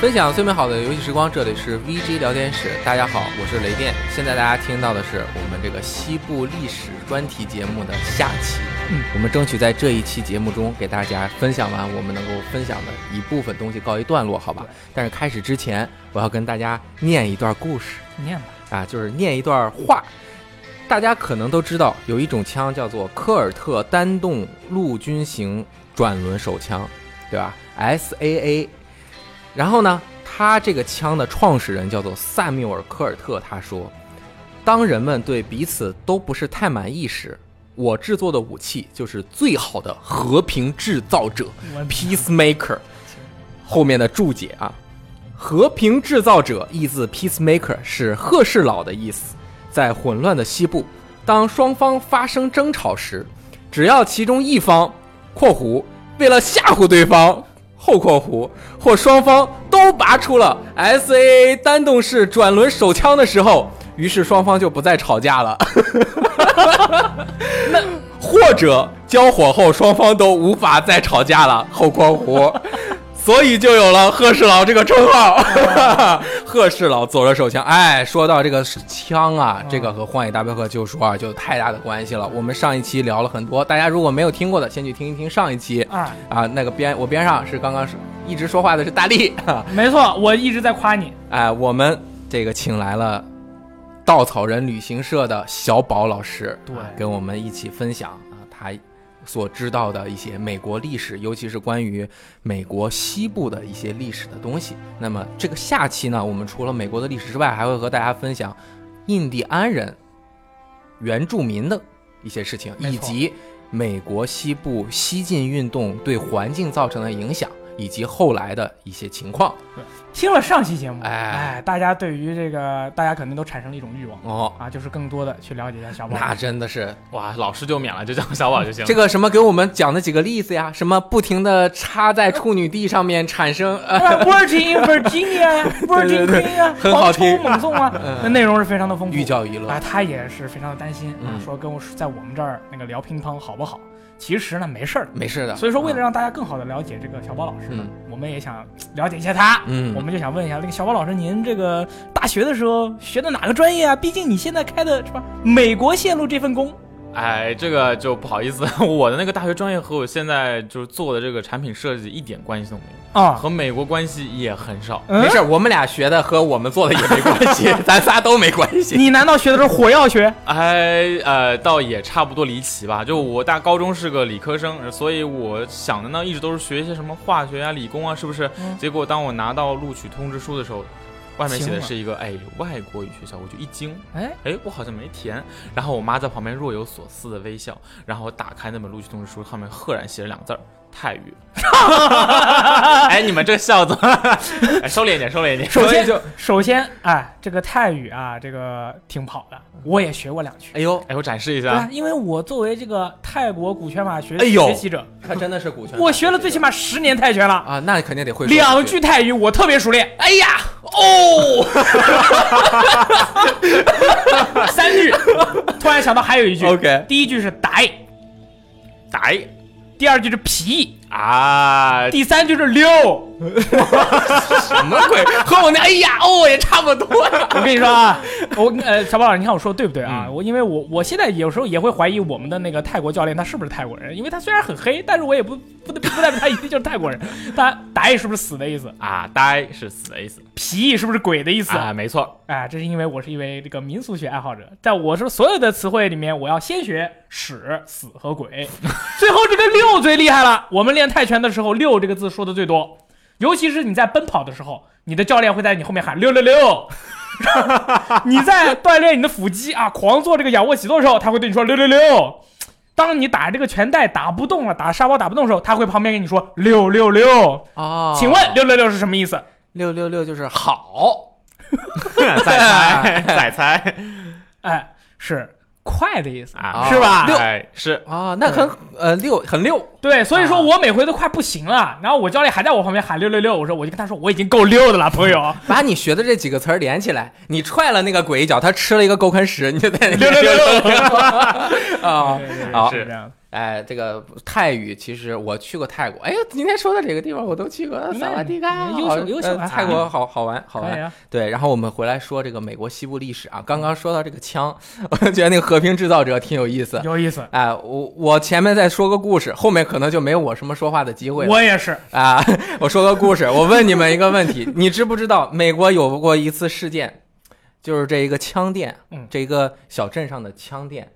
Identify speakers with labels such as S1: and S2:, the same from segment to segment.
S1: 分享最美好的游戏时光，这里是 VG 聊天室。大家好，我是雷电。现在大家听到的是我们这个西部历史专题节目的下期。
S2: 嗯
S1: 我们争取在这一期节目中给大家分享完我们能够分享的一部分东西，告一段落，好吧？但是开始之前，我要跟大家念一段故事
S2: 念吧，
S1: 啊，就是念一段话。大家可能都知道，有一种枪叫做科尔特单动陆军型转轮手枪，对吧？SAA。然后呢，他这个枪的创始人叫做萨缪尔·科尔特，他说：“当人们对彼此都不是太满意时，我制作的武器就是最好的和平制造者
S2: 我
S1: （peacemaker）。”后面的注解啊，和平制造者意字 peacemaker 是赫氏佬的意思。在混乱的西部，当双方发生争吵时，只要其中一方（括弧）为了吓唬对方（后括弧）或双方都拔出了 S A A 单动式转轮手枪的时候，于是双方就不再吵架了。或者交火后双方都无法再吵架了（后括弧），所以就有了贺世老这个称号。 贺世老左轮手枪，哎，说到这个枪啊，这个和《荒野大镖客：救赎二》就有太大的关系了。我们上一期聊了很多，大家如果没有听过的，先去听一听上一期
S2: 啊，
S1: 啊。那个边我边上是刚刚是一直说话的是大力，哈
S2: 没错，我一直在夸你，
S1: 哎，我们这个请来了稻草人旅行社的小宝老师，
S2: 对
S1: 啊跟我们一起分享啊他所知道的一些美国历史，尤其是关于美国西部的一些历史的东西。那么这个下期呢，我们除了美国的历史之外，还会和大家分享印第安人、原住民的一些事情，
S2: 没错
S1: 以及美国西部西进运动对环境造成的影响，以及后来的一些情况。
S2: 听了上期节目，
S1: 哎
S2: 哎，大家对于这个，大家可能都产生了一种欲望
S1: 哦，
S2: 啊，就是更多的去了解一下小宝。
S1: 那真的是
S3: 哇，老师就免了，就叫小宝就行了。
S1: 这个什么给我们讲的几个例子呀？什么不停的插在处女地上面产生呃，
S2: 啊 Virgin Virginia
S1: 对
S2: Virgin
S1: 对
S2: Queen 啊，
S1: 很好听嗯
S2: 狂抽猛送啊，那内容是非常的丰富。
S1: 寓教于乐
S2: 啊，他也是非常的担心啊
S1: 嗯，
S2: 说跟我在我们这儿那个聊乒乓好不好？其实呢，没事儿的。
S1: 没事的。
S2: 所以说，为了让大家更好的了解这个小宝老师呢，我们也想了解一下他。
S1: 嗯
S2: 我们就想问一下，那个小宝老师，您这个大学的时候学的哪个专业啊？毕竟你现在开的什么美国线路这份工，
S3: 哎，这个就不好意思， 我的那个大学专业和我现在就是做的这个产品设计一点关系都没有，
S2: 啊，
S3: 和美国关系也很少。
S2: 嗯
S1: 没事，我们俩学的和我们做的也没关 系，咱仨都没关系。
S2: 你难道学的是火药学？
S3: 哎，呃，倒也差不多离奇吧。就我大高中是个理科生，所以我想的呢一直都是学一些什么化学啊、理工啊，是不是？
S2: 嗯
S3: 结果当我拿到录取通知书的时候，外面写
S2: 惊
S3: 的
S2: 了
S3: 是一个哎外国语学校，我就一惊，
S2: 哎，
S3: 哎，我好像没填。然后我妈在旁边若有所思的微笑，然后我打开那本录取通知书，上面赫然写着两个字儿“泰语” 。哎，你们这笑怎么？ 哎，收敛一点，收敛一点。
S2: 首 先
S3: 所以就，
S2: 首先，哎，这个泰语啊，这个挺跑的，我也学过两句。
S1: 哎呦，
S3: 哎，我展示一
S2: 对嗯吧
S3: 下，？
S2: 因为我作为这个泰国古拳法学
S1: 哎呦
S2: 学习者，
S1: 他真的是股权。
S2: 我学了最起码十年泰拳了，
S1: 啊，那肯定得会说
S2: 两句。泰语我特别熟练，
S1: 哎呀， 哦，
S2: 三句。突然想到还有一句
S1: OK
S2: 第一句是傣，
S3: 打一
S2: 第二句是皮，
S3: 啊！
S2: 第三句是溜。
S1: 什 么鬼？和我那哎呀哦也差 不多呀。
S2: 我跟你 说啊，我呃，小宝老师，你看我说的对不对啊？
S1: 嗯
S2: 我因为我我现在有时候也会怀疑我们的那个泰国教练他是不是泰国人，因为他虽然很黑，但是我也不不不代表他一定就是泰国人。他打也是不是死的意思？
S3: 啊，呆是死的意思
S2: 皮是不是鬼的意思？
S3: 啊，没错。
S2: 哎，这是因为我是一位这个民俗学爱好者，在我说所有的词汇里面，我要先学屎、死和鬼，最后这个六最厉害了。我们练泰拳的时候，六这个字说的最多，尤其是你在奔跑的时候，你的教练会在你后面喊六六六。 你在锻炼你的腹肌啊，狂做这个仰卧起坐的时候，他会对你说六六六。当你打这个拳带打不动了，打沙包打不动的时候，他会旁边跟你说六六六。
S1: 哦，
S2: 请问六六六是什么意思？
S1: 六六六就是好？
S3: 再猜，再猜
S2: 哎，是快的意思。
S3: 啊，
S2: 是吧
S1: 六
S3: 哎，是
S1: 啊，那
S2: 嗯
S1: 很呃六很六。
S2: 对，所以说
S1: 啊
S2: 我每回都快不行了，然后我教练还在我旁边喊六六六，我说我就跟他说我已经够溜的了，朋友，
S1: 把你学的这几个词儿连起来，你踹了那个 鬼一脚，他吃了一个狗啃屎，你就在那
S2: 六六六六，
S1: 啊
S2: 对对对
S1: 好
S2: 是这样的。
S1: 哎，这个泰语其实我去过泰国，哎呀，今天说的这个地方我都去过，
S2: 嗯
S1: 萨瓦迪卡，
S2: 优秀
S1: 好
S2: 优秀
S1: 呃
S2: 啊
S1: 泰国好好玩好
S2: 可以
S1: 玩。
S2: 啊，
S1: 对，然后我们回来说这个美国西部历史啊，刚刚说到这个枪， 我就觉得那个和平制造者挺有意思。
S2: 有意思。
S1: 哎，我我前面再说个故事，后面可能就没有我什么说话的机会了。
S2: 我也是，
S1: 啊， 我说个故事，我问你们一个问题，你知不知道美国有过一次事件，就是这一个枪店，
S2: 嗯
S1: 这一个小镇上的枪店，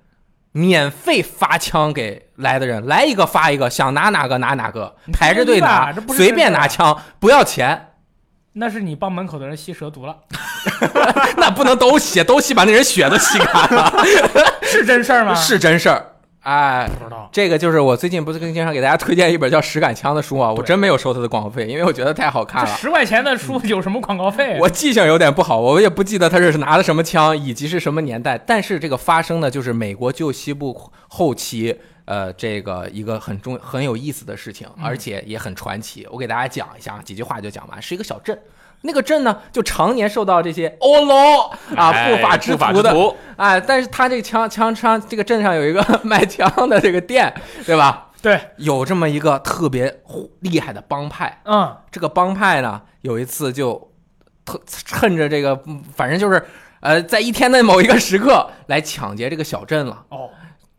S1: 免费发枪给来的人，来一个发一个，想拿哪个拿哪个，排着队拿
S2: 这不，是啊
S1: 随便拿枪，不要钱，
S2: 那是你帮门口的人吸蛇毒了，
S1: 那不能都吸，都吸把那人血都吸干了，
S2: 是真事儿吗？
S1: 是真事儿，哎。
S2: 不知道。
S1: 这个就是我最近不是更经常给大家推荐一本叫《实感枪》的书啊，我真没有收他的广告费，因为我觉得太好看
S2: 这
S1: 了。
S2: 十块钱的书有什么广告 费？
S1: 嗯
S2: 啊
S1: 我记性有点不好，我也不记得他是拿的什么枪，以及是什么年代。但是这个发生呢，就是美国旧西部后期，呃，这个一个很重很有意思的事情，而且也很传奇。我给大家讲一下，几句话就讲完。是一个小镇，那个镇呢，就常年受到这些欧罗啊
S3: 哎
S1: 不法之
S3: 不法
S1: 徒的哎，但是他这个枪枪枪，这个镇上有一个 卖枪的这个店，对吧？
S2: 对，
S1: 有这么一个特别厉害的帮派，
S2: 嗯，
S1: 这个帮派呢，有一次就特趁着这个，嗯反正就是呃，在一天的某一个时刻来抢劫这个小镇了。
S2: 哦，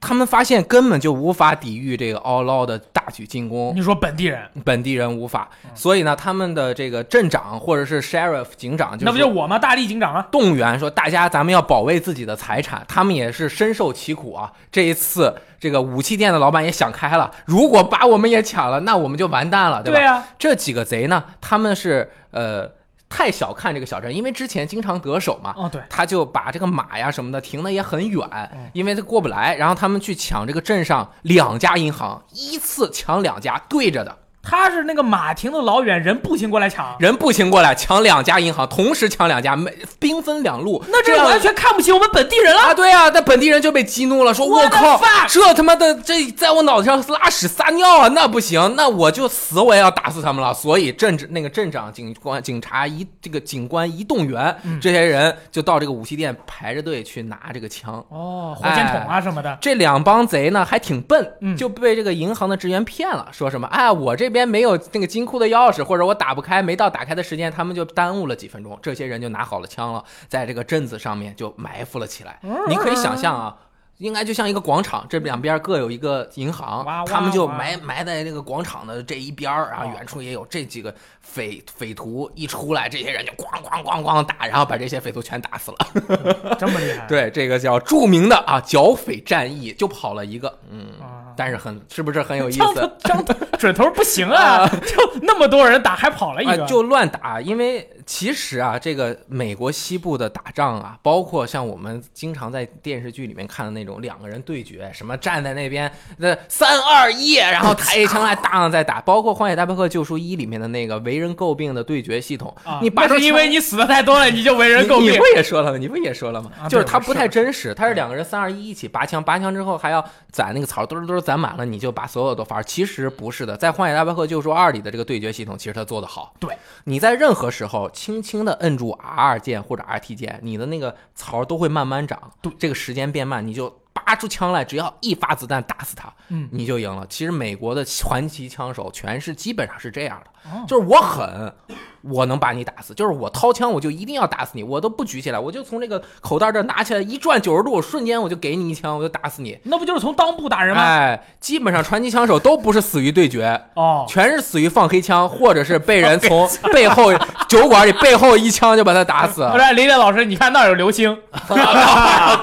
S1: 他们发现根本就无法抵御这个 all law 的大举进攻，
S2: 你说本地人，
S1: 本地人无法，所以呢，他们的这个镇长或者是 sheriff 警长
S2: 那
S1: 就
S2: 不
S1: 是
S2: 就我吗？大力警长啊，
S1: 动员说，大家咱们要保卫自己的财产，他们也是深受其苦啊。这一次，这个武器店的老板也想开了，如果把我们也抢了，那我们就完蛋了，对吧？
S2: 对啊，
S1: 这几个贼呢，他们是呃太小看这个小镇，因为之前经常得手嘛。
S2: 哦对，
S1: 他就把这个马呀什么的停的也很远
S2: 嗯，
S1: 因为他过不来。然后他们去抢这个镇上两家银行，依次抢两家对着的，
S2: 他是那个马停的老远，人步行过来抢，
S1: 人步行过来抢两家银行，同时抢两家，没兵分两路。
S2: 那
S1: 这
S2: 这
S1: 样
S2: 完全看不起我们本地人了。
S1: 啊，对啊，那本地人就被激怒了，说
S2: 我
S1: 我
S2: 的
S1: 靠
S2: fuck，
S1: 这他妈的这在我脑袋上拉屎撒尿啊，那不行，那我就死我也要打死他们了。所以镇那个镇长、警官、警察一这个警官一动员，这些人就到这个武器店排着队去拿这个枪。
S2: 哦，火箭筒
S1: 哎
S2: 啊什么的，
S1: 这两帮贼呢还挺笨，
S2: 嗯
S1: 就被这个银行的职员骗了，说什么哎，我这边没有那个金库的钥匙，或者我打不开，没到打开的时间，他们就耽误了几分钟。这些人就拿好了枪了，在这个镇子上面就埋伏了起来。
S2: 嗯
S1: 你可以想象啊。应该就像一个广场，这两边各有一个银行，
S2: 哇哇
S1: 他们就
S2: 哇
S1: 埋埋在这个广场的这一边儿啊，
S2: 哦
S1: 远处也有这几个匪匪徒一出来，这些人就咣咣咣咣打，然后把这些匪徒全打死了。
S2: 这么厉害？
S1: 对，这个叫著名的啊剿匪战役，就跑了一个，嗯，
S2: 啊，
S1: 但是很是不是很有意
S2: 枪头
S1: 思？
S2: 枪头准头不行啊，就那么多人打还跑了一
S1: 啊
S2: 个，，
S1: 就乱打，因为其实啊，这个美国西部的打仗啊，包括像我们经常在电视剧里面看的那种两个人对决，什么站在那边那三二一，然后抬一枪来当再打，包括《荒野大镖客：救赎一》里面的那个为人诟病的对决系统，
S2: 啊
S1: 你
S2: 那
S1: 把这
S2: 是因为你死的太多了，你就为人
S1: 你
S2: 诟
S1: 你
S2: 病
S1: 不。也说了吗？你不也说了吗？
S2: 啊嗯
S1: 就是
S2: 对
S1: 它
S2: 我
S1: 不
S2: 是
S1: 太真实，它是两个人三二一一起拔枪，拔枪之后还要攒那个草，嘟嘟嘟攒满了，你就把所有都发。其实不是的，在《荒野大镖客：救赎二》里的这个对决系统，其实它做得好。
S2: 对，
S1: 你在任何时候轻轻的摁住 R 键或者 RT 键，你的那个槽都会慢慢长，这个时间变慢，你就拔出枪来，只要一发子弹打死他，
S2: 嗯，
S1: 你就赢了。其实美国的传奇枪手全是基本上是这样的，
S2: 哦
S1: 就是我狠，我能把你打死，就是我掏枪我就一定要打死你，我都不举起来，我就从这个口袋这儿拿起来一转九十度，瞬间我就给你一枪，我就打死你。
S2: 那不就是从裆部打人吗？
S1: 哎，基本上传奇枪手都不是死于对决，
S2: 哦，
S1: 全是死于放黑枪，或者是被人从背后酒馆里背后一枪就把他打死。
S2: 我说雷电老师，你看那儿有流星，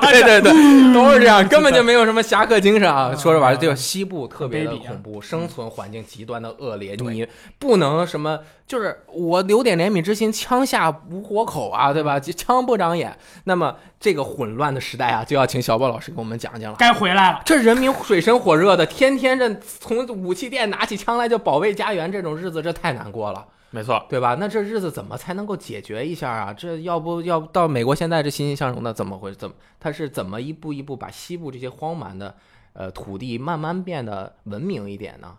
S1: 对对对，都是这样，根本就没有什么侠客精神啊。说实话，就西部特别的
S2: 很卑鄙啊
S1: 恐怖，生存环境极端的恶劣，你不能什么，就是我留点怜悯之心，枪下无活口啊，对吧？枪不长眼。那么这个混乱的时代啊，就要请小宝老师给我们讲讲了。
S2: 该回来了。
S1: 这人民水深火热的，天天这从武器店拿起枪来就保卫家园，这种日子这太难过了。
S3: 没错，
S1: 对吧？那这日子怎么才能够解决一下啊？这要不要不到美国现在这欣欣向荣的，怎么回怎么他是怎么一步一步把西部这些荒蛮的呃土地慢慢变得文明一点呢？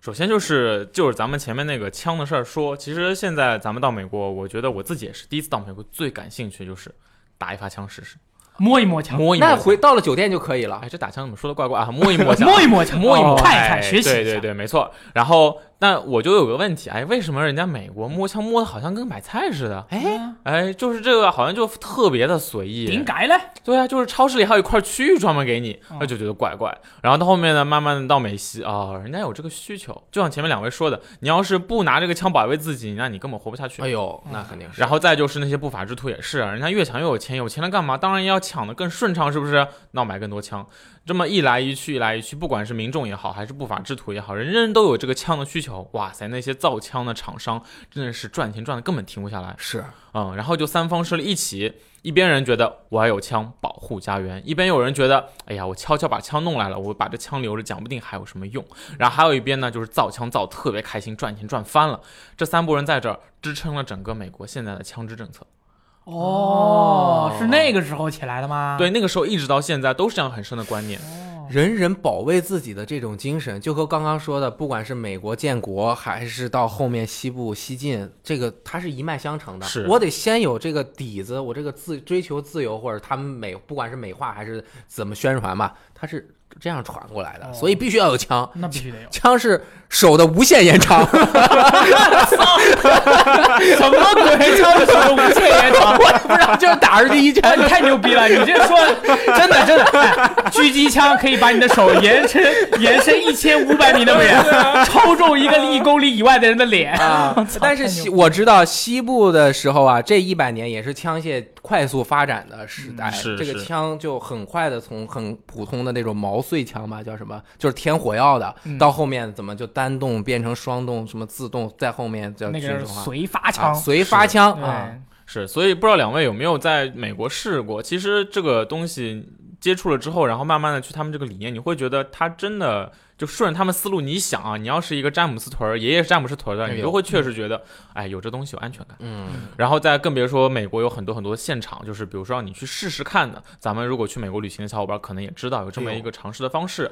S3: 首先就是就是咱们前面那个枪的事儿说，其实现在咱们到美国，我觉得我自己也是第一次到美国，最感兴趣就是打一发枪试试。
S2: 摸一摸墙，
S3: 摸一摸
S1: 那
S3: 墙。
S1: 回到了酒店就可以了
S3: 哎，。这打枪怎么说的怪怪啊？摸一摸墙，
S2: 摸一摸墙，哦
S3: 摸一摸，
S2: 看一
S3: 哎
S2: 看，学习一下。
S3: 对对对，没错。然后，那我就有个问题，哎，为什么人家美国摸枪摸的好像跟买菜似的？
S2: 哎，
S3: 哎，就是这个好像就特别的随意。
S2: 顶改嘞，
S3: 对啊，就是超市里还有一块区域专门给你，
S2: 嗯
S3: 那就觉得怪怪。然后到后面呢，慢慢的到美西啊、人家有这个需求，就像前面两位说的，你要是不拿这个枪保卫自己，那你根本活不下去。
S1: 哎呦，那肯定是。
S3: 然后再就是那些不法之徒也是啊，人家越抢越有钱，有钱了干嘛？当然要抢的更顺畅，是不是？那我买更多枪，这么一来一去，一来一去，不管是民众也好，还是不法之徒也好，人人都有这个枪的需求。哇塞，那些造枪的厂商真的是赚钱赚的根本停不下来。
S1: 是
S3: 嗯，然后就三方势力一起，一边人觉得我要有枪保护家园，一边有人觉得，哎呀，我悄悄把枪弄来了，我把这枪留着，讲不定还有什么用。然后还有一边呢，就是造枪造得特别开心，赚钱赚翻了。这三拨人在这儿支撑了整个美国现在的枪支政策。
S2: 哦
S1: 哦，
S2: 是那个时候起来的吗？哦
S3: 对，，那个时候一直到现在都是这样很深的观念。
S1: 人人保卫自己的这种精神，就和刚刚说的，不管是美国建国，还是到后面西部西进，这个它是一脉相承的。
S3: 是
S1: 我得先有这个底子，我这个自追求自由，或者他们美，不管是美化还是怎么宣传吧，它是这样传过来的，
S2: 哦
S1: 所以必须要有枪。。
S2: 那必须得有
S1: 枪是手的无限延长，
S2: 什么鬼？超时无限延长！
S1: 不是就是打着第一
S2: 哎
S1: 拳。
S2: 你太牛逼了！你这说真的真的，哎狙击枪可以把你的手延伸延伸一千五百米那么远，抽中一个一公里以外的人的脸。
S1: 啊！但是西我知道西部的时候啊，这一百年也是枪械快速发展的时代，
S3: 嗯是
S1: 这个
S3: 是
S1: 枪就很快的从很普通的那种毛遂枪吧，叫什么，就是添火药的，
S2: 嗯
S1: 到后面怎么就单动变成双动，什么自动，在后面叫
S2: 那
S1: 军
S2: 个
S1: 事
S2: 是
S1: 化。
S2: 随发
S1: 啊，
S2: 枪，
S1: 随发枪
S2: 对
S1: 啊，
S3: 是，所以不知道两位有没有在美国试过？其实这个东西接触了之后，然后慢慢的去他们这个理念，你会觉得他真的就顺着他们思路。你想啊，你要是一个詹姆斯屯儿，爷爷是詹姆斯屯儿的，
S1: 哎
S3: 你
S1: 呦
S3: 都会确实觉得，哎，有这东西有安全感。
S1: 嗯，
S3: 然后再更别说美国有很多很多现场，就是比如说让你去试试看的。咱们如果去美国旅行的小伙伴，可能也知道有这么一个尝试的方式。哎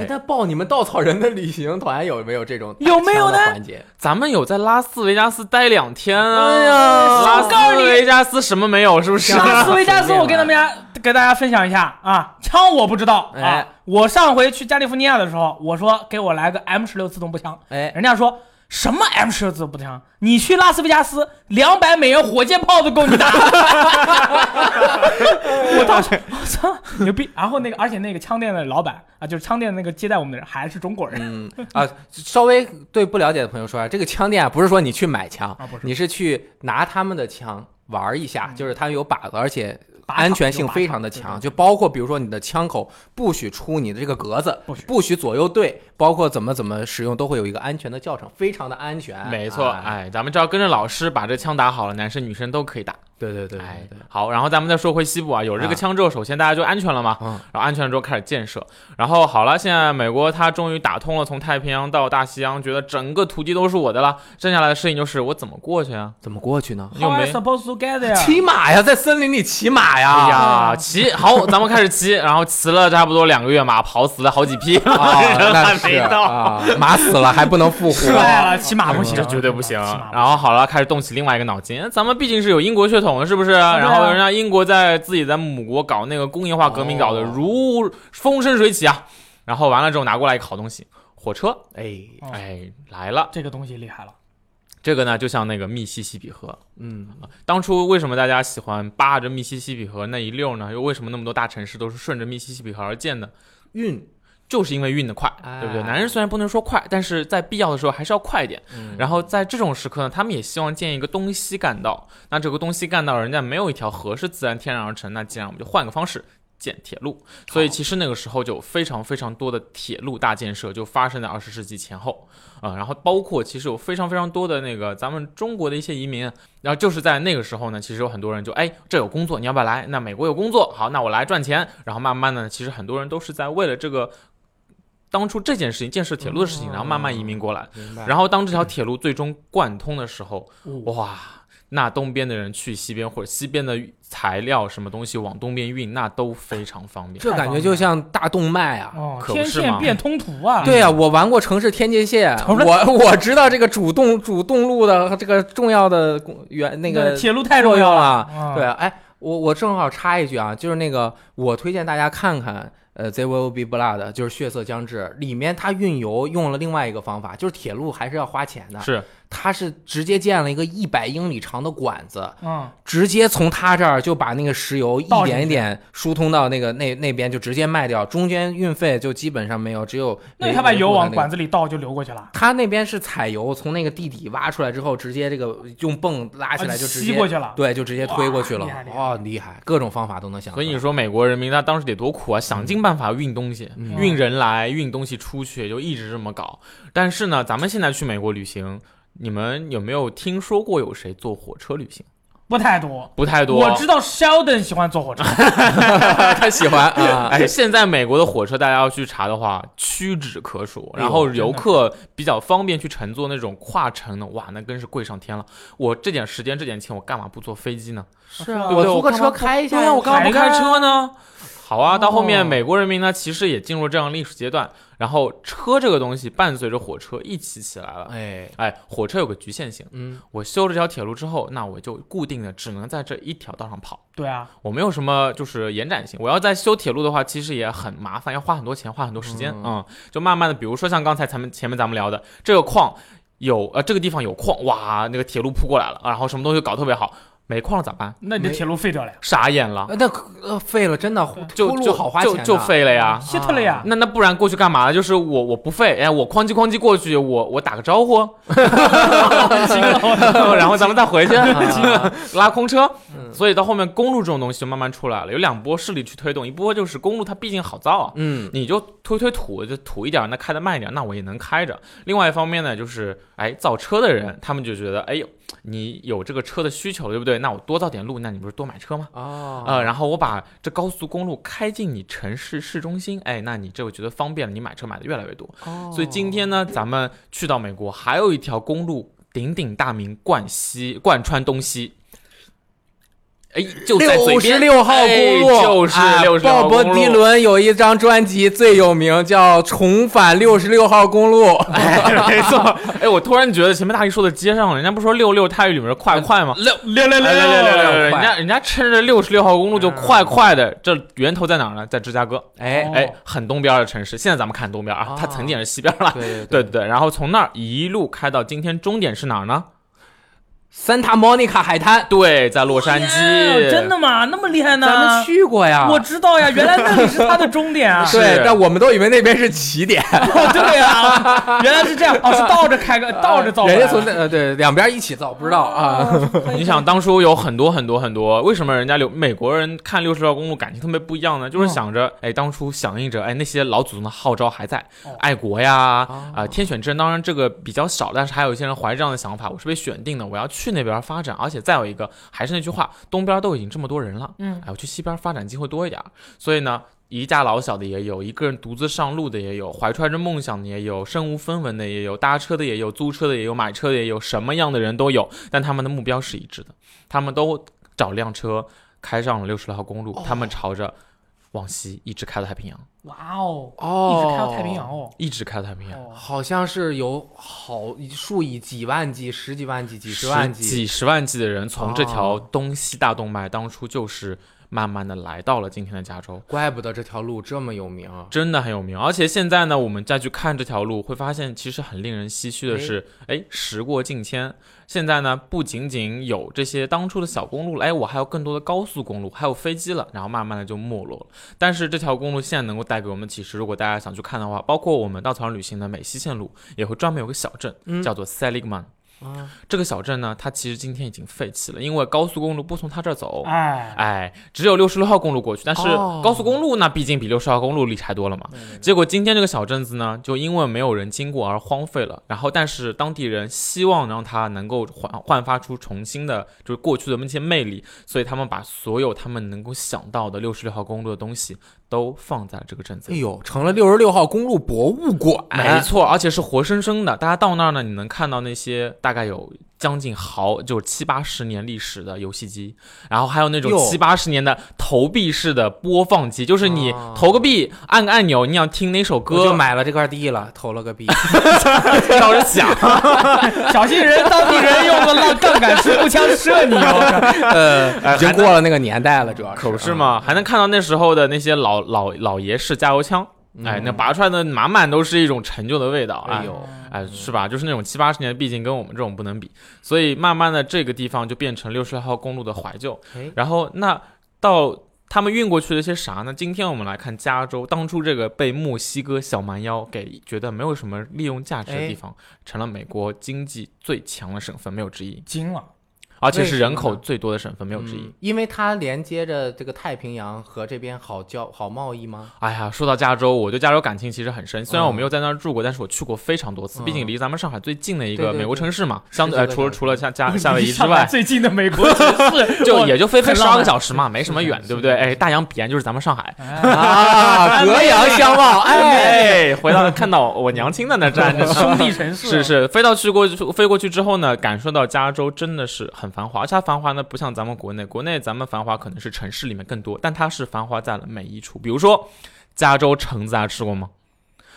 S1: 哎，那报你们稻草人的旅行团有没有这种
S2: 有没有
S1: 枪的
S2: 呢
S1: 环节？
S3: 咱们有在拉斯维加斯待两天啊！
S1: 哎呀
S3: 拉
S2: 我告诉
S3: 斯
S2: 你
S3: 维加斯什么没有？是不是？
S1: 像
S2: 拉斯维加斯，我跟他们家给大家分享一下啊，枪我不知道
S1: 哎
S2: 啊。我上回去加利福尼亚的时候，我说给我来个 M 十六自动步枪，
S1: 哎，
S2: 人家说什么 M 十六自动步枪？你去拉斯维加斯，两百美元火箭炮都够你打。 我当时我操牛逼！然后那个，而且那个枪店的老板啊，就是枪店那个接待我们的人还是中国人，
S1: 嗯啊，稍微对不了解的朋友说啊，这个枪店啊，不是说你去买枪，
S2: 啊不是
S1: 你是去拿他们的枪玩一下，就是他们有靶子，而且
S2: 靶场
S1: 安全性
S2: 有靶
S1: 非常的
S2: 场
S1: 强，就包括比如说你的枪口不许出你的这个格子，
S2: 不许
S1: 左右对，包括怎么怎么使用，都会有一个安全的教程，非常的安全。
S3: 没错，
S1: 啊，
S3: 哎，咱们只要跟着老师把这枪打好了，男生女生都可以打。
S1: 对对对
S3: 哎
S1: 对对，，
S3: 好，然后咱们再说回西部啊，有这个枪之后，首先大家就安全了嘛，
S1: 嗯
S3: 然后安全了之后开始建设，然后好了，现在美国它终于打通了从太平洋到大西洋，觉得整个土地都是我的了，剩下来的事情就是我怎么过去啊？
S1: 怎么过去呢？
S3: 又
S2: How are
S3: 没
S2: you supposed to get there？
S1: 骑马呀，在森林里骑马
S3: 哎
S1: 呀。啊
S3: 呀，骑好，咱们开始骑，然后骑了差不多两个月嘛，跑死了好几 匹，
S1: 啊，
S3: 人
S1: 那
S3: 还
S1: 是
S3: 没到。
S1: 啊，马死了还不能复活，
S2: 帅了，骑马不行，
S3: 这哎绝对不行。
S2: 骑马不
S1: 啊
S3: 然后好了，开始动起另外一个脑筋，咱们毕竟是有英国血统的，是不是？
S2: 对啊
S3: 然后人家英国在自己在母国搞那个工业化革命，搞得如风生水起啊。然后完了之后拿过来一个好东西，火车，
S1: 哎，
S2: 哦
S3: 哎，来了。
S2: 这个东西厉害了。
S3: 这个呢，就像那个密西西比河，
S1: 嗯，
S3: 当初为什么大家喜欢扒着密西西比河那一溜呢？又为什么那么多大城市都是顺着密西西比河而建的？
S1: 运，
S3: 就是因为运得快，
S1: 哎
S3: 对不对？男人虽然不能说快，但是在必要的时候还是要快一点。
S1: 嗯
S3: 然后在这种时刻呢，他们也希望建一个东西干道。那这个东西干道，人家没有一条河是自然天然而成，那既然我们就换个方式。建铁路，所以其实那个时候就有非常非常多的铁路大建设就发生在二十世纪前后啊、呃然后包括其实有非常非常多的那个咱们中国的一些移民，然后就是在那个时候呢，其实有很多人就哎这有工作，你要不要来？那美国有工作，好，那我来赚钱。然后慢慢的，其实很多人都是在为了这个当初这件事情建设铁路的事情，然后慢慢移民过来。
S1: 明白
S3: 然后当这条铁路最终贯通的时候，哇，那东边的人去西边或者西边的材料什么东西往东边运，那都非常方便。
S1: 这感觉就像大动脉啊。
S2: 哦，
S3: 可不
S2: 天
S3: 是
S2: 线
S3: 嘛
S2: 变通途啊！
S1: 对啊，我玩过城市天界线，
S2: 从来
S1: 我 我知道这个主动主动路的这个重要的公原那
S2: 那
S1: 个
S2: 铁路太
S1: 作
S2: 重
S1: 用
S2: 要
S1: 了。
S2: 嗯
S1: 对啊，哎，我我正好插一句啊，就是那个我推荐大家看看，呃，There Will Be Blood，就是血色将至，里面它运油用了另外一个方法，就是铁路还是要花钱的，
S3: 是
S1: 它是直接建了一个一百英里长的管子，
S2: 嗯，
S1: 直接从他这儿就把那个石油一
S2: 倒进去
S1: 点一点疏通到那个那那边，就直接卖掉，中间运费就基本上没有，只有
S2: 那他把油往管
S1: 子。
S2: 子里倒就流过去了，
S1: 他那边是采油，从那个地底挖出来之后，直接这个用泵拉起来就直
S2: 啊吸
S1: 接
S2: 过去了。
S1: 对，就直接推过去了
S2: 哇厉害厉。害
S1: 哦，厉害，各种方法都能想出
S3: 所
S1: 来。
S3: 以你说美国人民他当时得多苦啊，想尽办法运东西，
S1: 嗯
S3: 运人来，运东西出去，就一直这么搞。但是呢，咱们现在去美国旅行，你们有没有听说过有谁坐火车旅行？
S2: 不太多。
S3: 不太多，
S2: 我知道 Sheldon 喜欢坐火车，
S1: 他喜欢啊，
S3: 哎，现在美国的火车大家要去查的话，屈指可数。
S1: 哎呦
S3: 然后游客比较方便去乘坐那种跨城的，哇，那更是贵上天了。我这点时间这点钱，我干嘛不坐飞机呢？
S2: 是啊
S1: 我
S3: 对
S1: 租
S3: 我
S1: 个
S3: 干
S1: 车
S3: 嘛
S1: 开一下
S3: 对
S1: 呀。
S3: 呀，我干嘛不开
S2: 开
S3: 车呢？好啊，到后
S1: 哦
S3: 面美国人民呢，其实也进入这样历史阶段，然后车这个东西伴随着火车一起起来了。
S1: 哎，
S3: 哎，火车有个局限性，
S1: 嗯，
S3: 我修了这条铁路之后，那我就固定的只能在这一条道上跑。
S2: 对啊，
S3: 我没有什么就是延展性。我要在修铁路的话，其实也很麻烦，要花很多钱，花很多时间。
S1: 嗯
S3: 嗯，就慢慢的，比如说像刚才咱们前面咱们聊的这个矿有呃这个地方有矿，哇，那个铁路铺过来了，啊然后什么东西搞特别好，没矿了咋办？
S2: 那你的铁路废掉了呀，
S3: 傻眼 了，
S1: 呃那呃废了，真的
S3: 就
S1: 铺路
S3: 就
S1: 好花
S3: 就
S1: 钱的嗯
S3: 就废了呀。啊
S2: 歇啊特了呀，
S3: 那那不然过去干嘛？就是我我不废，哎，我哐叽哐叽过去，我我打个 招呼，
S2: 行了我
S3: 然后咱们再回去
S1: 啊
S3: 拉空车。
S1: 嗯
S3: 所以到后面公路这种东西就慢慢出来了，有两波势力去推动，一波就是公路它毕竟好造啊，
S1: 嗯，
S3: 你就推推土，就土一点儿，那开的慢一点儿，那我也能开着。另外一方面呢，就是哎，造车的人他们就觉得，哎呦，你有这个车的需求了，对不对？那我多造点路，那你不是多买车吗？
S1: 哦
S3: 呃，然后我把这高速公路开进你城市市中心，哎，那你这我觉得方便了，你买车买的越来越多。
S1: 哦
S3: 所以今天呢，咱们去到美国，还有一条公路鼎鼎大名，贯西贯穿东西。哎，就在嘴
S1: 六十
S3: 边
S1: 六号公路，
S3: 哎就是
S1: 哎
S3: 六十六
S1: 鲍
S3: 号公路。
S1: 勃迪伦有一张专辑最有名，叫《重返六十六号公路》。
S3: 哎，没错。哎，我突然觉得前面大姨说的接上了，人家不说六六泰语里面是快快吗？
S1: 六
S2: 六六
S3: 哎
S2: 六
S3: 六六六六六，
S1: 快
S3: 人家人家趁着六十六号公路就快快的，这源头在哪儿呢？在芝加哥，
S1: 哎
S2: 哦
S3: 哎，很东边的城市。现在咱们看东边啊
S1: 啊，
S3: 它曾经也是西边了。
S1: 对对
S3: 对对对，然后从那儿一路开到今天终点是哪儿呢？
S1: ，Santa Monica 海滩，
S3: 对，在洛杉矶。
S2: 哎真的吗？那么厉害呢？
S1: 咱们去过呀。
S2: 我知道呀，原来那里是他的终点啊！
S3: 啊 是
S1: 对，但我们都以为那边是起 点，
S2: 哦，对啊，原来是这样， 哦，是倒着开个，
S3: 呃
S2: 倒着造，
S1: 人家从那呃对两边一起造，不知道啊。
S3: 你想，当初有很多很多很多，为什么人家留美国人看六十号公路感情特别不一样呢？就是想着，哎，当初响应着，哎，那些老祖宗的号召还在
S2: 哦，
S3: 爱国呀，啊
S1: 哦、
S3: 天选之人，当然这个比较少，但是还有一些人怀着这样的想法，我是被选定的，我要去那边发展，而且再有一个，还是那句话，东边都已经这么多人了，
S2: 嗯，
S3: 哎，我去西边发展机会多一点儿，所以呢。一家老小的也有，一个人独自上路的也有，怀揣着梦想的也有，身无分文的也有，搭车的也有，租车的也有，买车的也有，什么样的人都有。但他们的目标是一致的，他们都找辆车开上了六十六号公路，他
S1: 哦
S3: 们朝着往西一直开到太平洋，
S2: 哇哦，
S1: 哦
S2: 一直开到太平洋，哦，
S3: 一直开到太平洋，
S2: 哦
S1: 好像是有好数以几万计、十几万计、几十
S3: 十
S1: 万计。
S3: 几十万计的人从这条
S1: 哦
S3: 东西大动脉，当初就是慢慢的来到了今天的加州。
S1: 怪不得这条路这么有名。
S3: 真的很有名。而且现在呢，我们再去看这条路，会发现其实很令人唏嘘的是，哎，时过境迁，现在呢不仅仅有这些当初的小公路了，哎，我还有更多的高速公路，还有飞机了，然后慢慢的就没落了。但是这条公路现在能够带给我们的启示，如果大家想去看的话，包括我们稻草人旅行的美西线路，也会专门有个小镇、
S1: 嗯
S3: 叫做 Seligman。
S1: 啊
S3: 这个小镇呢，它其实今天已经废弃了，因为高速公路不从它这儿走，
S2: 哎，
S3: 哎，只有六十六号公路过去，但是
S1: 哦
S3: 高速公路那毕竟比六十号公路厉害多了嘛。结果今天这个小镇子呢，就因为没有人经过而荒废了。然后，但是当地人希望让它能够焕焕发出重新的，就是过去的那些魅力，所以他们把所有他们能够想到的六十六号公路的东西都放在了这个镇子
S1: 哎
S3: 里。
S1: 呦，成了六十六号公路博物馆。
S3: 没错，而且是活生生的。大家到那儿呢，你能看到那些大概有将近好就七八十年历史的游戏机，然后还有那种
S1: 哟
S3: 七八十年的投币式的播放机，就是你
S1: 啊
S3: 投个币，按个按钮，你想听哪首
S1: 我就
S3: 歌，
S1: 买了这块地了，投了个 币。
S3: 照着响。
S2: 小心人当地人用个浪杠杆是步枪射你哦，
S1: 呃，已经
S3: 还能
S1: 过了那个年代了，主要是嗯
S3: 可不是？嘛，还能看到那时候的那些老老老爷式加油枪，
S1: 嗯
S3: 哎，那拔出来的满满都是一种陈旧的味道，
S1: 哎
S3: 哎
S1: 呦，
S3: 哎，是吧？就是那种七八十年的，毕竟跟我们这种不能比，所以慢慢的这个地方就变成六十六号公路的怀旧
S1: 哎。
S3: 然后那到他们运过去了些啥呢？今天我们来看加州，当初这个被墨西哥小蛮腰给觉得没有什么利用价值的
S1: 哎
S3: 地方，成了美国经济最强的省份，没有之一，
S2: 惊了，
S3: 而且是
S1: 为什么
S3: 人
S1: 呢
S3: 口最多的省份，没有之一。
S1: 嗯因为它连接着这个太平洋和这边好交好贸易吗？
S3: 哎呀，说到加州，我对加州感情其实很深。虽然
S1: 嗯
S3: 我没有在那儿住过，但是我去过非常多次，
S1: 嗯
S3: 毕竟离咱们上海最近的一
S1: 对
S3: 个
S1: 对
S3: 美国
S1: 对
S3: 城市嘛，相对
S1: 十
S3: 呃
S1: 几个
S3: 除了
S1: 小时
S3: 除了夏 夏夏 威夷之
S2: 上海
S3: 外，
S2: 最近的美国城市
S3: 就也就飞飞
S2: 很
S3: 十
S2: 浪漫
S3: 二个小时嘛，没什么远
S2: 是，的
S3: 对不对？
S2: 是的
S3: 哎，大洋彼岸就是咱们上海。
S2: 哎
S1: 啊，隔洋相望，哎，
S3: 哎，回到看到我娘亲的那站 着
S2: 兄弟城市 啊
S3: 是是，飞到去过飞过去之后呢，感受到加州真的是很繁华，而且它繁华呢不像咱们国内，国内咱们繁华可能是城市里面更多，但它是繁华在了每一处。比如说加州橙子，大家吃过吗？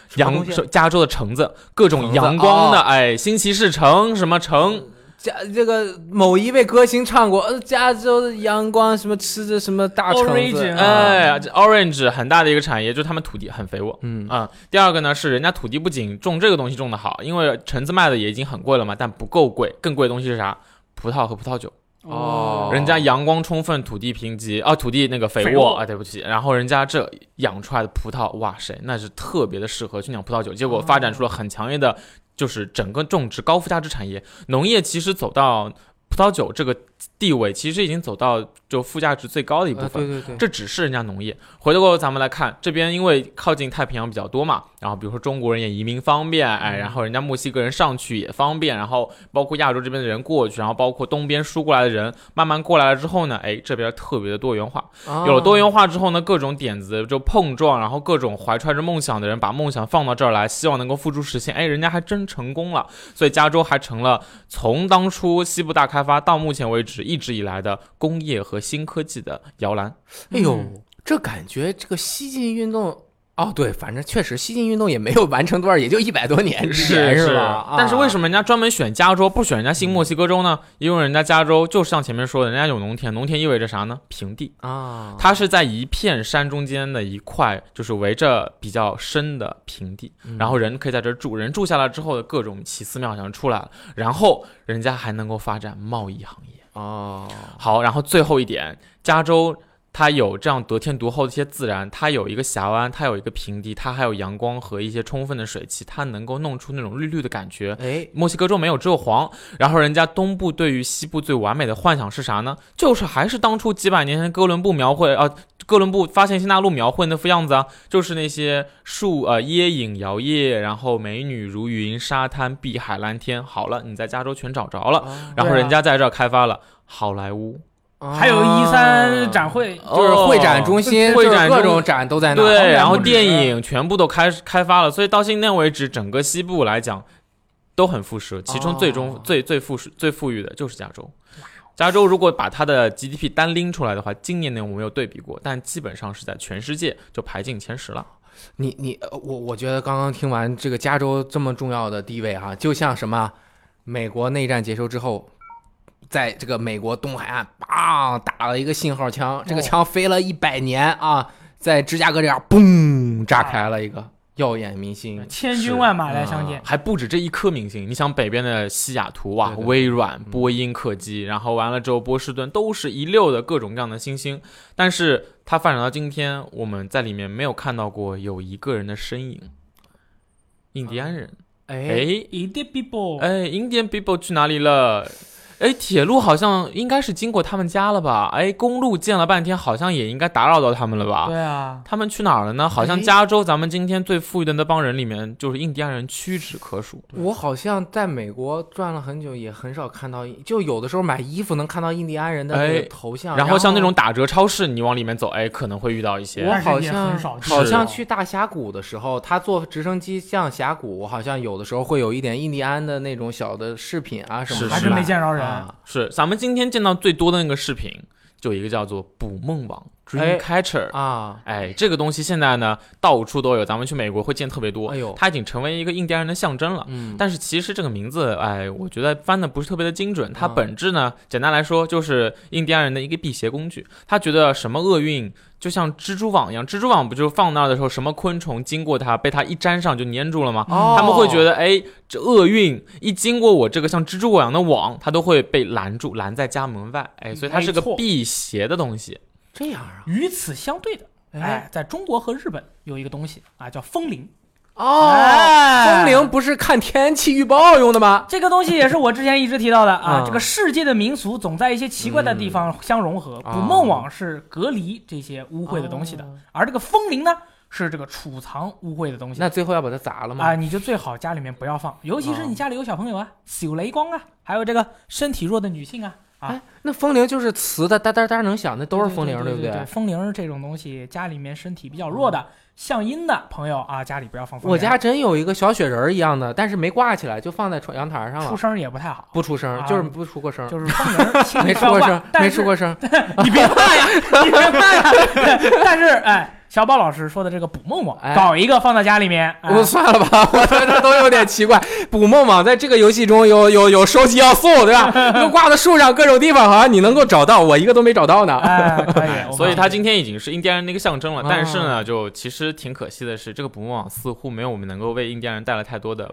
S1: 什么
S3: 阳
S1: 东西啊
S3: 是加州的橙子，各种
S1: 橙子
S3: 阳光的，
S1: 哦
S3: 哎，新奇士橙什么橙，
S1: 加这个某一位歌星唱过，呃，加州的阳光什么吃着什么大橙子，
S2: Origin
S1: 哎，
S3: 哎这，orange 很大的一个产业，就是他们土地很肥沃。
S1: 嗯，
S3: 啊、第二个呢是人家土地不仅种这个东西种得好，因为橙子卖的也已经很贵了嘛，但不够贵，更贵的东西是啥？葡萄和葡萄酒，
S1: 哦
S3: 人家阳光充分，土地贫瘠啊，土地那个肥
S2: 肥
S3: 沃
S2: 沃
S3: 啊，对不起，然后人家这养出来的葡萄，哇塞，那是特别的适合去酿葡萄酒，结果发展出了很强烈的，就是整个种植高附加值产业，农业其实走到葡萄酒这个地位，其实已经走到就附加值最高的一部
S1: 啊
S3: 分
S1: 对。对对，
S3: 这只是人家农业。回头过后咱们来看，这边因为靠近太平洋比较多嘛，然后比如说中国人也移民方便，哎，然后人家墨西哥人上去也方便，然后包括亚洲这边的人过去，然后包括东边输过来的人慢慢过来了之后呢，哎，这边特别的多元化。
S1: 啊哦
S3: 有了多元化之后呢，各种点子就碰撞，然后各种怀揣着梦想的人把梦想放到这儿来，希望能够付诸实现，哎，人家还真成功了。所以加州还成了从当初西部大开发到目前为止一直以来的工业和新科技的摇篮。
S1: 哎呦
S2: 嗯，
S1: 这感觉这个西进运动。哦，对，反正确实，西进运动也没有完成多少，也就一百多年之前
S3: 是
S1: 吧？啊
S3: 但是为什么人家专门选加州，不选人家新墨西哥州呢？因为人家加州就是像前面说的，人家有农田，农田意味着啥呢？平地，
S1: 啊？
S3: 它是在一片山中间的一块，就是围着比较深的平地，
S1: 嗯
S3: 然后人可以在这儿住，人住下来之后的各种奇思妙想出来了，然后人家还能够发展贸易行业。
S1: 哦，
S3: 好，然后最后一点，加州它有这样得天独厚的一些自然，它有一个峡湾，它有一个平地，它还有阳光和一些充分的水汽，它能够弄出那种绿绿的感觉。
S1: 哎，
S3: 墨西哥州没有，只有黄。然后人家东部对于西部最完美的幻想是啥呢？就是还是当初几百年前哥伦布描绘啊、哥伦布发现新大陆描绘那副样子啊，就是那些树呃椰影摇曳，然后美女如云，沙滩碧海蓝天。好了，你在加州全找着了，然
S2: 对
S3: 后
S2: 啊哦
S3: 人家在这儿开发了好莱坞。
S2: 还有一三展会，
S1: 就是会展中心，
S3: 哦会展
S1: 就是各
S3: 中
S1: 种展都在那儿。
S3: 对，然后
S2: 不止
S3: 电影全部都开开发了，所以到现在为止，整个西部来讲都很富庶，其中最终、
S1: 哦
S3: 最最富庶最富裕的就是加州。加州如果把它的 GDP 单拎出来的话，今年呢我没有对比过，但基本上是在全世界就排进前十了。
S1: 你你呃我我觉得刚刚听完这个加州这么重要的地位哈、就像什么，美国内战结束之后，在这个美国东海岸，梆打了一个信号枪，这个枪飞了一百年啊，在芝加哥这样嘣炸开了一个耀眼明星。
S2: 千军万马来相见。
S3: 还不止这一颗明星，你想北边的西雅图哇，
S1: 对嗯对对
S3: 微软、波音、客机，然后完了之后波士顿，都是一溜的各种各样的新星。但是它发展到今天，我们在里面没有看到过有一个人的身影。印第安人，
S1: 哎，
S3: 哎
S2: 一 d people，
S3: 哎，Indian people 去哪里了？哎，铁路好像应该是经过他们家了吧？哎，公路建了半天，好像也应该打扰到他们了吧？
S2: 对啊，
S3: 他们去哪儿了呢？好像
S1: 哎
S3: 加州，咱们今天最富裕的那帮人里面，就是印第安人屈指可数。
S1: 我好像在美国转了很久，也很少看到，就有的时候买衣服能看到印第安人的那
S3: 哎
S1: 个头像。
S3: 然后像那种打折超市，你往里面走，哎，可能会遇到一些
S1: 我
S2: 但是
S1: 好
S2: 也
S1: 像
S2: 很少见
S1: 好
S3: 是
S1: 像去大峡谷的时候，他坐直升机降峡谷，我好像有的时候会有一点印第安的那种小的饰品啊什么
S3: 是
S1: 的，
S3: 还真
S2: 没见着
S1: 啊
S2: 人
S3: 是咱们今天见到最多的那个视频，就有一个叫做捕梦网
S1: 哎
S3: （Dreamcatcher）。
S1: 啊
S3: 哎，这个东西现在呢到处都有，咱们去美国会见特别多。
S1: 哎呦
S3: 它已经成为一个印第安人的象征了。
S1: 嗯，
S3: 但是其实这个名字，哎，我觉得翻的不是特别的精准。它
S1: 嗯
S3: 本质呢，简单来说就是印第安人的一个辟邪工具。他觉得什么厄运就像蜘蛛网一样，蜘蛛网不就是放那儿的时候，什么昆虫经过它，被它一粘上就粘住了吗？
S1: 哦
S3: 他们会觉得，哎，这厄运一经过我这个像蜘蛛网一样的网，它都会被拦住，拦在家门外。
S1: 嗯
S3: 哎，所以它是个
S2: 没错
S3: 辟邪的东西。
S1: 这样啊，
S2: 与此相对的，哎，在中国和日本有一个东西啊，叫风铃。
S1: 哦，风铃不是看天气预报用的吗？
S2: 这个东西也是我之前一直提到的啊
S1: 嗯。
S2: 这个世界的民俗总在一些奇怪的地方相融合。
S1: 啊
S2: 捕梦网是隔离这些污秽的东西的
S1: 哦，
S2: 而这个风铃呢，是这个储藏污秽的东西
S1: 那。最后要把它砸了吗？
S2: 啊，你就最好家里面不要放，尤其是
S1: 哦
S2: 你家里有小朋友啊，有雷光啊，还有这个身体弱的女性啊，啊，
S1: 哎，那风铃就是磁的，哒哒哒能响，那都是风铃，
S2: 对
S1: 不嗯
S2: 对？风铃这种东西，家里面身体比较弱的、像阴的朋友啊，家里不要放风
S1: 我
S2: 铃。
S1: 家真有一个小雪人儿一样的，但是没挂起来，就放在床阳台上
S2: 出
S1: 了，
S2: 声也不太好，
S1: 不出声，
S2: 啊
S1: 就是不出过声，
S2: 就是风铃轻易
S1: 没出
S2: 不
S1: 过
S2: 要
S1: 声
S2: 挂，
S1: 没出，过声。
S2: 但是你别怕呀，你别怕呀。但是哎，小宝老师说的这个捕梦网，
S1: 哎
S2: 搞一个放在家里面，哎
S1: 我算了吧， 我觉得都有点奇怪。捕梦网在这个游戏中有有有收集要素，对吧？又挂到树上各种地方，好像你能够找到，我一个都没找到 呢。
S2: 哎，可
S1: 哦
S2: 以。
S3: 所以它
S2: 他
S3: 今天已经是印第安人的一个象征了。
S1: 啊
S3: 但是呢，就其实挺可惜的是，这个捕梦网似乎没有我们能够为印第安人带来太多的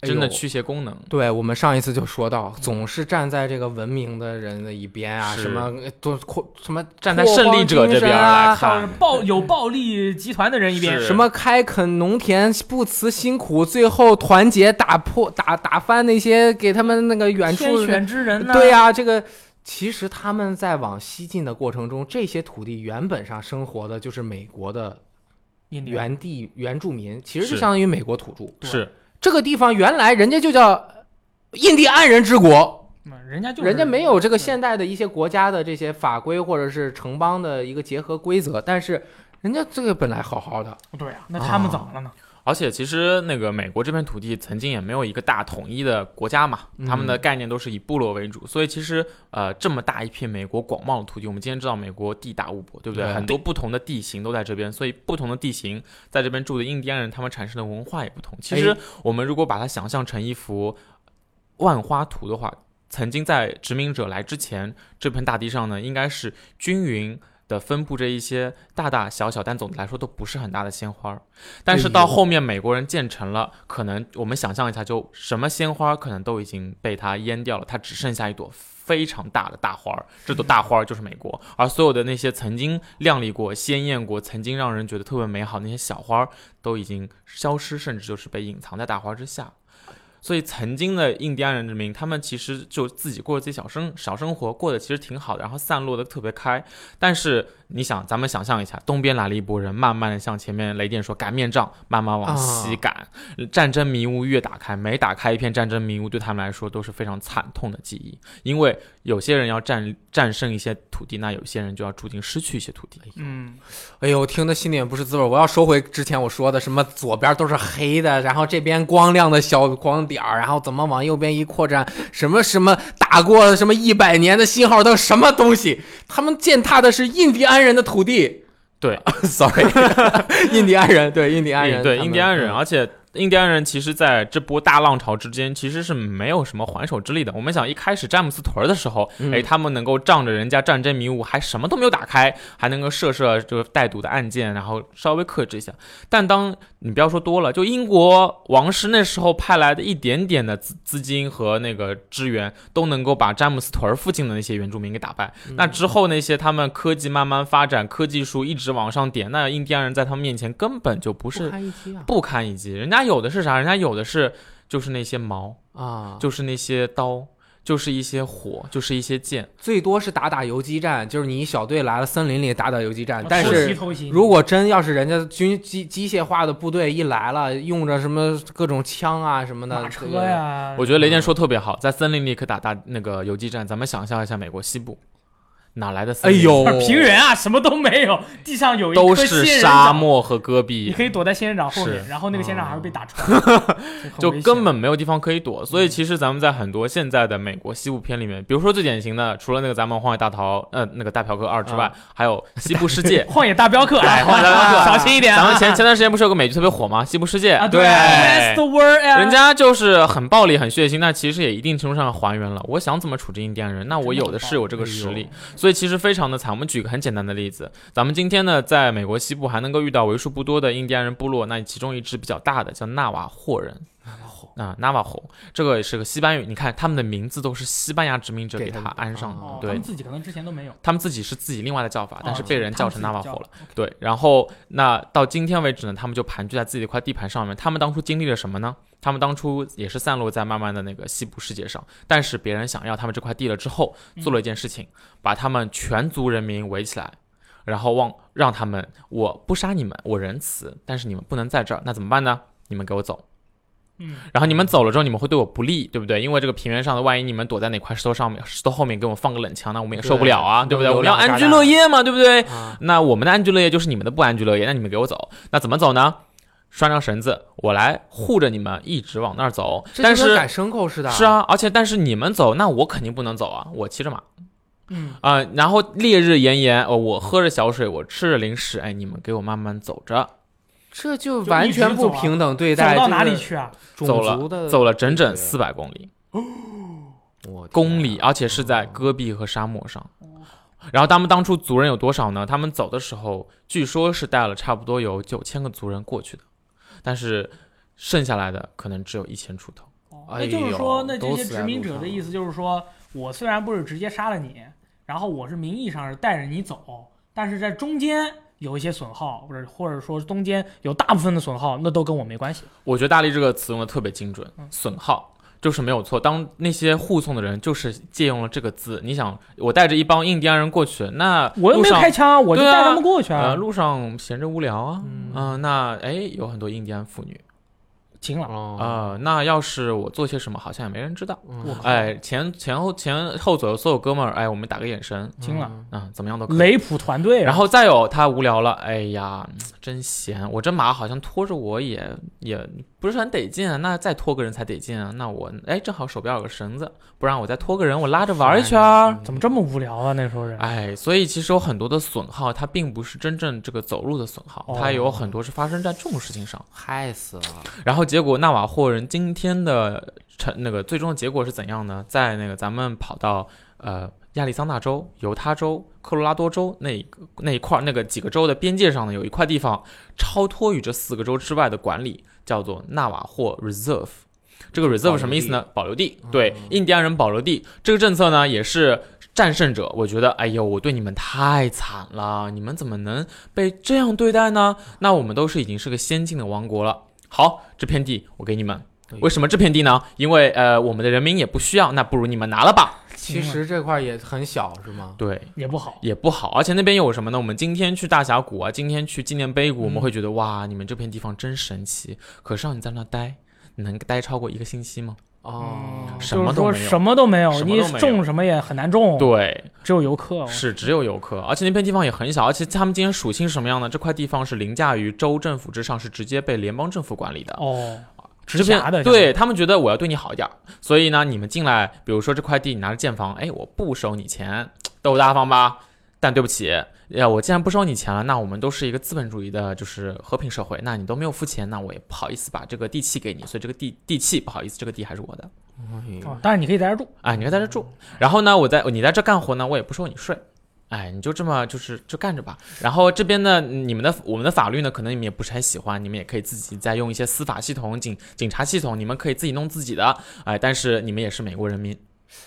S1: 哎呦
S3: 真的驱邪功能。
S1: 对我们上一次就说到，总是站在这个文明的人的一边啊，
S3: 是
S1: 什么都扩什么
S3: 站在胜利者这边来
S1: 啊，
S3: 看，
S2: 暴有暴力集团的人一边
S3: 是
S1: 什么开垦农田不辞辛苦，最后团结打破打打翻那些给他们那个远
S2: 天
S1: 处
S2: 选之人呢？
S1: 对呀、这个其实他们在往西进的过程中，这些土地原本上生活的就是美国的
S2: 印第安，
S1: 原地原住民，其实就是相当于美国土著。
S3: 嗯是
S1: 这个地方原来人家就叫印第安人之国，
S2: 嗯人家就是
S1: 人家没有这个
S2: 对
S1: 现代的一些国家的这些法规或者是城邦的一个结合规则，但是人家这个本来好好的，
S2: 对啊，那他们
S1: 啊
S2: 怎么了呢？
S3: 而且其实那个美国这片土地曾经也没有一个大统一的国家嘛，
S1: 嗯
S3: 他们的概念都是以部落为主，所以其实呃这么大一片美国广袤的土地，我们今天知道美国地大物博，对不对？
S1: 对
S3: 很多不同的地形都在这边，所以不同的地形在这边住的印第安人，他们产生的文化也不同。其实
S1: 哎
S3: 我们如果把它想象成一幅万花图的话，曾经在殖民者来之前，这片大地上呢应该是均匀。的分布着一些大大小小，但总的来说都不是很大的鲜花儿。但是
S1: 哎
S3: 到
S1: 呦
S3: 后面美国人建成了，可能我们想象一下，就什么鲜花可能都已经被它淹掉了，它只剩下一朵非常大的大花儿，这朵大花儿就是美国。而所有的那些曾经亮丽过、鲜艳过、曾经让人觉得特别美好的那些小花儿，都已经消失，甚至就是被隐藏在大花之下。所以，曾经的印第安人人民，他们其实就自己过着自己小生小生活，过得其实挺好的，然后散落的特别开。但是，你想，咱们想象一下，东边来了一拨人，慢慢的像前面雷电说擀面杖，慢慢往西
S1: 啊
S3: 赶，战争迷雾越打开，每打开一片战争迷雾，对他们来说都是非常惨痛的记忆，因为有些人要战战胜一些土地，那有些人就要注定失去一些土地。
S2: 嗯，
S1: 哎呦，听的心里也不是滋味儿。我要收回之前我说的什么左边都是黑的，然后这边光亮的小光点儿，然后怎么往右边一扩展，什么什么打过什么一百年的信号灯，什么东西？他们践踏的是印第安人的土地。
S3: 对
S1: ，sorry，印第安人，对印第安人，
S3: 对
S1: 他们
S3: 印第安人，
S1: 嗯
S3: 而且印第安人其实在这波大浪潮之间其实是没有什么还手之力的。我们想一开始詹姆斯屯儿的时候，
S1: 嗯
S3: 哎，他们能够仗着人家战争迷雾还什么都没有打开，还能够射射这个带毒的暗箭，然后稍微克制一下。但当你不要说多了，就英国王室那时候派来的一点点的资资金和那个支援，都能够把詹姆斯屯儿附近的那些原住民给打败。那之后那些他们科技慢慢发展，科技树一直往上点，那印第安人在他们面前根本就不是
S1: 不堪一击啊
S3: 不堪一击。人家有的是啥？人家有的是就是那些矛，
S1: 啊！
S3: 就是那些刀，就是一些火，就是一些剑。
S1: 最多是打打游击战，就是你一小队来了森林里打打游击战，但
S2: 偷袭
S1: 是。
S2: 偷袭，
S1: 如果真要是人家军机机械化的部队一来了，用着什么各种枪啊什么的，
S2: 马车
S1: 这个
S2: 呀，
S3: 我觉得雷电说特别好，在森林里可打大那个游击战。咱们想象一下美国西部，哪来的
S1: 哎
S3: 森林？
S1: 呦，
S2: 平原啊，什么都没有， 地上有一
S3: 哦都
S2: 棵
S3: 是
S2: 仙人
S3: 沙
S2: 掌，
S3: 漠和戈壁。
S2: 你可以躲在仙人掌后面，
S3: 是
S2: 然后那个仙人掌还会被打穿， 很
S3: 就
S2: 危险》。
S3: 根本没有地方可以躲。所以其实咱们在很多现在的美国西部片里面，比如说最典型的，除了那个咱们《荒野大逃》呃那个《大嫖客二》之外，还有《西部世界
S2: 荒野大镖客，哎
S3: 哎，荒野大镖客，
S2: 小心一点啊，
S3: 咱们前前段时间不是有个美剧特别火吗？《西部世界》
S2: 啊
S3: 对，
S2: ，West World， 啊
S3: 人家就是很暴力、很血腥，但其实也一定程度上还原了。我想怎么处置印第安人，那我有的是有
S2: 哎
S3: 这个实力，所以其实非常的惨。我们举个很简单的例子，咱们今天呢，在美国西部还能够遇到为数不多的印第安人部落，那其中一支比较大的叫纳瓦霍人。啊、纳瓦霍，这个也是个西班牙语。你看他们的名字都是西班牙殖民者
S1: 给
S3: 给
S1: 他
S3: 他
S1: 们的
S3: 安上的
S2: 哦，
S3: 嗯对
S2: 他们自己可能之前都没有，
S3: 他们自己是自己另外的叫法，但是
S2: 哦
S3: 被人叫成
S2: 他
S3: 纳瓦
S2: 们自己
S3: 霍
S2: 叫
S3: 了。对，然后那到今天为止呢，他们就盘踞在自己的一块地盘上面。他们当初经历了什么呢？他们当初也是散落在慢慢的那个西部世界上，但是别人想要他们这块地了之后，
S1: 嗯
S3: 做了一件事情，把他们全族人民围起来，然后望让他们我不杀你们，我仁慈，但是你们不能在这儿，那怎么办呢？你们给我走。
S2: 嗯，
S3: 然后你们走了之后，你们会对我不利，对不对？因为这个平原上的，万一你们躲在哪块石头上面、石头后面给我放个冷枪，那我们也受不了啊，对
S1: 对
S3: 不对？我们要
S1: 流量
S3: 安
S1: 炸
S3: 居
S1: 弹
S3: 乐业嘛，对不
S2: 哎
S3: 对？
S1: 啊
S3: 那我们的安居乐业就是你们的不安居乐业，那你们给我走，那怎么走呢？拴上绳子，我来护着你们一直往那儿走。
S1: 这
S3: 但
S1: 就跟
S3: 是
S1: 赶牲口似的，
S3: 是，啊，而且但是你们走，那我肯定不能走啊，我骑着马
S2: 嗯，
S3: 啊、然后烈日炎炎，呃，我喝着小水，我吃着零食，哎，你们给我慢慢走着，
S1: 这就
S2: 就
S1: 完
S2: 一直
S1: 全不
S2: 走啊
S1: 平等对
S2: 走
S1: 待。
S2: 到哪里？去啊？
S1: 种
S3: 走
S1: 族的
S3: 了走了整整
S1: 呃对
S3: 四百公里。
S1: 我天
S3: 公
S1: 哪
S3: 里，而且是在戈壁和沙漠上。然后他们当初族人有多少呢？他们走的时候，据说是带了差不多有九千个族人过去的，但是剩下来的可能只有一千出头。
S2: 哦
S1: 哎
S2: 那就是
S1: 呦
S2: 说，那这
S1: 都
S2: 些
S1: 死
S2: 殖
S1: 在
S2: 民
S1: 路
S2: 者
S1: 上
S2: 的
S1: 了
S2: 意思就是说，我虽然不是直接杀了你，然后我是名义上是带着你走，但是在中间有一些损耗，或者或者说中间有大部分的损耗，那都跟我没关系。
S3: 我觉得“大力”这个词用的特别精准
S2: 嗯，
S3: 损耗就是没有错。当那些护送的人就是借用了这个字，你想，我带着一帮印第安人过去，那
S2: 我又
S3: 路
S2: 没有
S3: 上
S2: 开枪，我就
S3: 对
S2: 带
S3: 啊
S2: 他们过去
S3: 呃，路上闲着无聊啊，嗯
S2: 嗯，、
S3: 那哎有很多印第安妇女
S2: 停了，
S1: 啊，
S3: 啊、那要是我做些什么，好像也没人知道。
S2: 我靠，
S3: 哎，前前后前后左右所有哥们儿，哎，我们打个眼神，
S1: 嗯
S2: 停了，
S3: 啊，怎么样都可以。
S2: 雷普团队啊，
S3: 然后再有他无聊了，哎呀，真闲，我这马好像拖着我也也不是很得劲啊，那再拖个人才得劲啊，那我哎正好手边有个绳子，不然我再拖个人，我拉着玩一圈儿。
S2: 哎怎么这么无聊啊？那时候人，
S3: 哎，所以其实有很多的损耗，它并不是真正这个走路的损耗，它有很多是发生在这种事情上。
S1: 害死了！
S3: 然后结果纳瓦霍人今天的成那个最终的结果是怎样呢？在那个咱们跑到呃亚利桑那州、犹他州、科罗拉多州那一个那一块儿那个几个州的边界上呢，有一块地方超脱于这四个州之外的管理，叫做纳瓦霍 Reserve。这个 reserve 什么意思呢？保留地，
S1: 嗯
S3: 对，印第安人保留地。这个政策呢，也是战胜者。我觉得，哎呦，我对你们太惨了，你们怎么能被这样对待呢？那我们都是已经是个先进的王国了。好，这片地我给你们
S1: 对。
S3: 为什么这片地呢？因为呃，我们的人民也不需要，那不如你们拿了吧。
S1: 其实这块儿也很小，是吗？
S3: 对，
S2: 也不好，
S3: 也不好，而且那边有什么呢？我们今天去大峡谷啊，今天去纪念碑谷，我们
S1: 嗯
S3: 会觉得、哇，你们这片地方真神奇。可是让你在那待，能待超过一个星期吗？
S1: 哦，
S2: 嗯
S3: 什
S2: 就
S3: 么
S2: 是
S3: 都
S2: 说
S3: 没有
S2: 什么都没有，
S3: 什么
S2: 你
S3: 都没有
S2: 种什么也很难
S1: 哦
S2: 种，
S3: 对，
S2: 只有游客。
S3: 是只有游客，而且那片地方也很小，而且他们今天属性是什么样呢？这块地方是凌驾于州政府之上，是直接被联邦政府管理的。
S2: 哦，直
S3: 这
S2: 辖
S3: 边
S2: 的，
S3: 对他们觉得我要对你好一点儿，所以呢，你们进来，比如说这块地，你拿着建房，哎，我不收你钱，都大方吧？但对不起，呀，我既然不收你钱了，那我们都是一个资本主义的，就是和平社会，那你都没有付钱，那我也不好意思把这个地契给你，所以这个地地契不好意思，这个地还是我的，
S1: 哎
S2: 哦，但是你可以在这儿住，
S3: 哎，你可以在这住，然后呢，我在你在这干活呢，我也不收你税。哎，你就这么就是就干着吧。然后这边呢，你们的我们的法律呢，可能你们也不是很喜欢，你们也可以自己再用一些司法系统、警警察系统，你们可以自己弄自己的。哎，但是你们也是美国人民，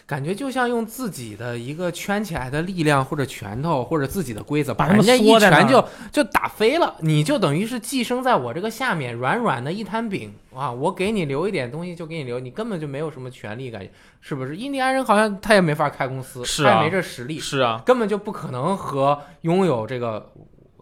S1: 感觉就像用自己的一个圈起来的力量，或者拳头，或者自己的规则，把
S2: 把他
S1: 人
S2: 们
S1: 家一
S2: 缩在那儿
S1: 拳就就打飞了，你就等于是寄生在我这个下面软软的一摊饼啊！我给你留一点东西就给你留，你根本就没有什么权利感，是不是？印第安人好像他也没法开公司，
S3: 是
S1: 他
S3: 啊
S1: 也没这实力，
S3: 是啊，
S1: 根本就不可能和拥有这个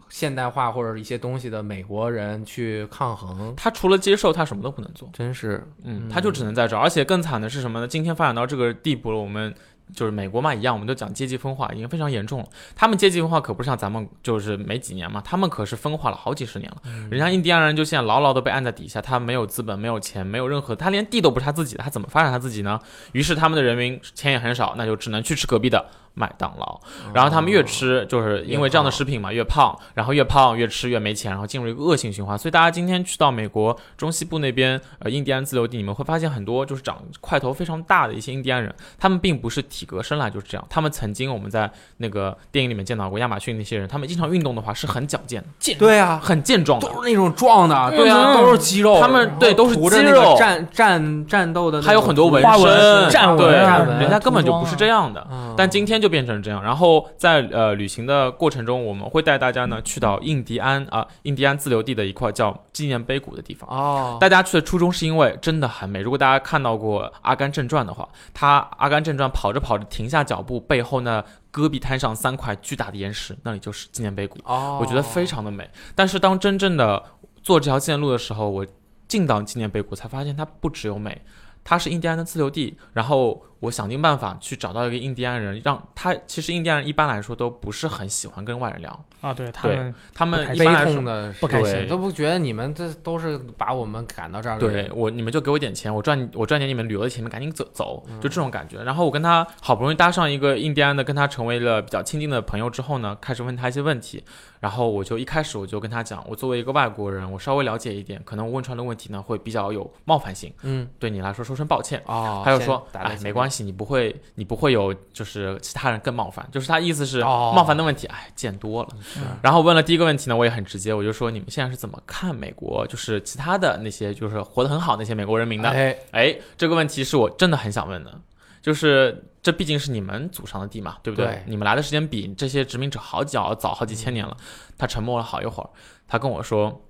S1: 现代化或者一些东西的美国人去抗衡，
S3: 他除了接受，他什么都不能做。
S1: 真是
S3: 嗯，他就只能在这儿，而且更惨的是什么呢？今天发展到这个地步了，我们就是美国嘛，一样，我们都讲阶级分化，已经非常严重了。他们阶级分化可不是像咱们就是没几年嘛，他们可是分化了好几十年了。
S1: 嗯
S3: 人家印第安人就现在牢牢的被按在底下，他没有资本，没有钱，没有任何，他连地都不是他自己的，他怎么发展他自己呢？于是他们的人民钱也很少，那就只能去吃隔壁的麦当劳。然后他们哦越
S1: 哦
S3: 吃，就是因为这样的食品嘛，越胖，然后越胖越吃越没钱，然后进入一个恶性循环。所以大家今天去到美国中西部那边，呃，印第安自留地，你们会发现很多就是长块头非常大的一些印第安人，他们并不是体格生来就是这样，他们曾经我们在那个电影里面见到过亚马逊那些人，他们经常运动的话是很矫健的，健
S1: 对啊，
S3: 很健壮的，
S1: 都是那种壮的，
S3: 对啊
S1: 都是肌肉，
S3: 他们对都是
S1: 涂着
S3: 肌
S1: 那个
S3: 肉
S1: 战战战斗的那种图，
S3: 还有很多纹
S2: 花纹
S3: 身、
S2: 战
S3: 对
S2: 纹啊
S1: 战纹
S3: 人家根本就不是这样的。
S1: 嗯，
S3: 但今天就变成这样。然后在呃旅行的过程中，我们会带大家呢去到印第安啊、印第安自留地的一块叫纪念碑谷的地方。啊
S1: 哦，
S3: 大家去的初衷是因为真的很美。如果大家看到过《阿甘正传》的话，他《阿甘正传》跑着跑着停下脚步，背后那戈壁滩上三块巨大的岩石，那里就是纪念碑谷。
S1: 哦，
S3: 我觉得非常的美。但是当真正的做这条线路的时候，我进到纪念碑谷才发现它不只有美，它是印第安的自留地。然后我想尽办法去找到一个印第安人，让他其实印第安人一般来说都不是很喜欢跟外人聊，
S2: 啊，对他
S3: 对
S2: 们
S3: 他
S1: 不
S3: 们
S1: 开
S3: 一
S1: 悲
S3: 般来说
S1: 痛。的事，
S2: 不开
S3: 对
S2: 心。
S1: 都不觉得你们这都是把我们赶到这儿的人
S3: 对我，你们就给我点钱，我赚我赚点你们旅游的钱，你们赶紧走走，就这种感觉。然后我跟他好不容易搭上一个印第安的，跟他成为了比较亲近的朋友之后呢，开始问他一些问题。然后我就一开始我就跟他讲，我作为一个外国人，我稍微了解一点，可能我问出来的问题呢会比较有冒犯性，
S1: 嗯，
S3: 对你来说说声抱歉。
S1: 哦，
S3: 还有说，
S1: 打
S3: 哎，没关
S1: 系，
S3: 系，你不会，你不会有，就是其他人更冒犯，就是他意思是
S1: 哦
S3: 冒犯的问题，哎，见多了。
S1: 是
S3: 然后问了第一个问题呢，我也很直接，我就说你们现在是怎么看美国，就是其他的那些就是活得很好那些美国人民的？哎
S1: 哎，
S3: 这个问题是我真的很想问的，就是这毕竟是你们祖上的地嘛，对不对？
S1: 对
S3: 你们来的时间比这些殖民者好早早好几千年了。
S1: 嗯
S3: 他沉默了好一会儿，他跟我说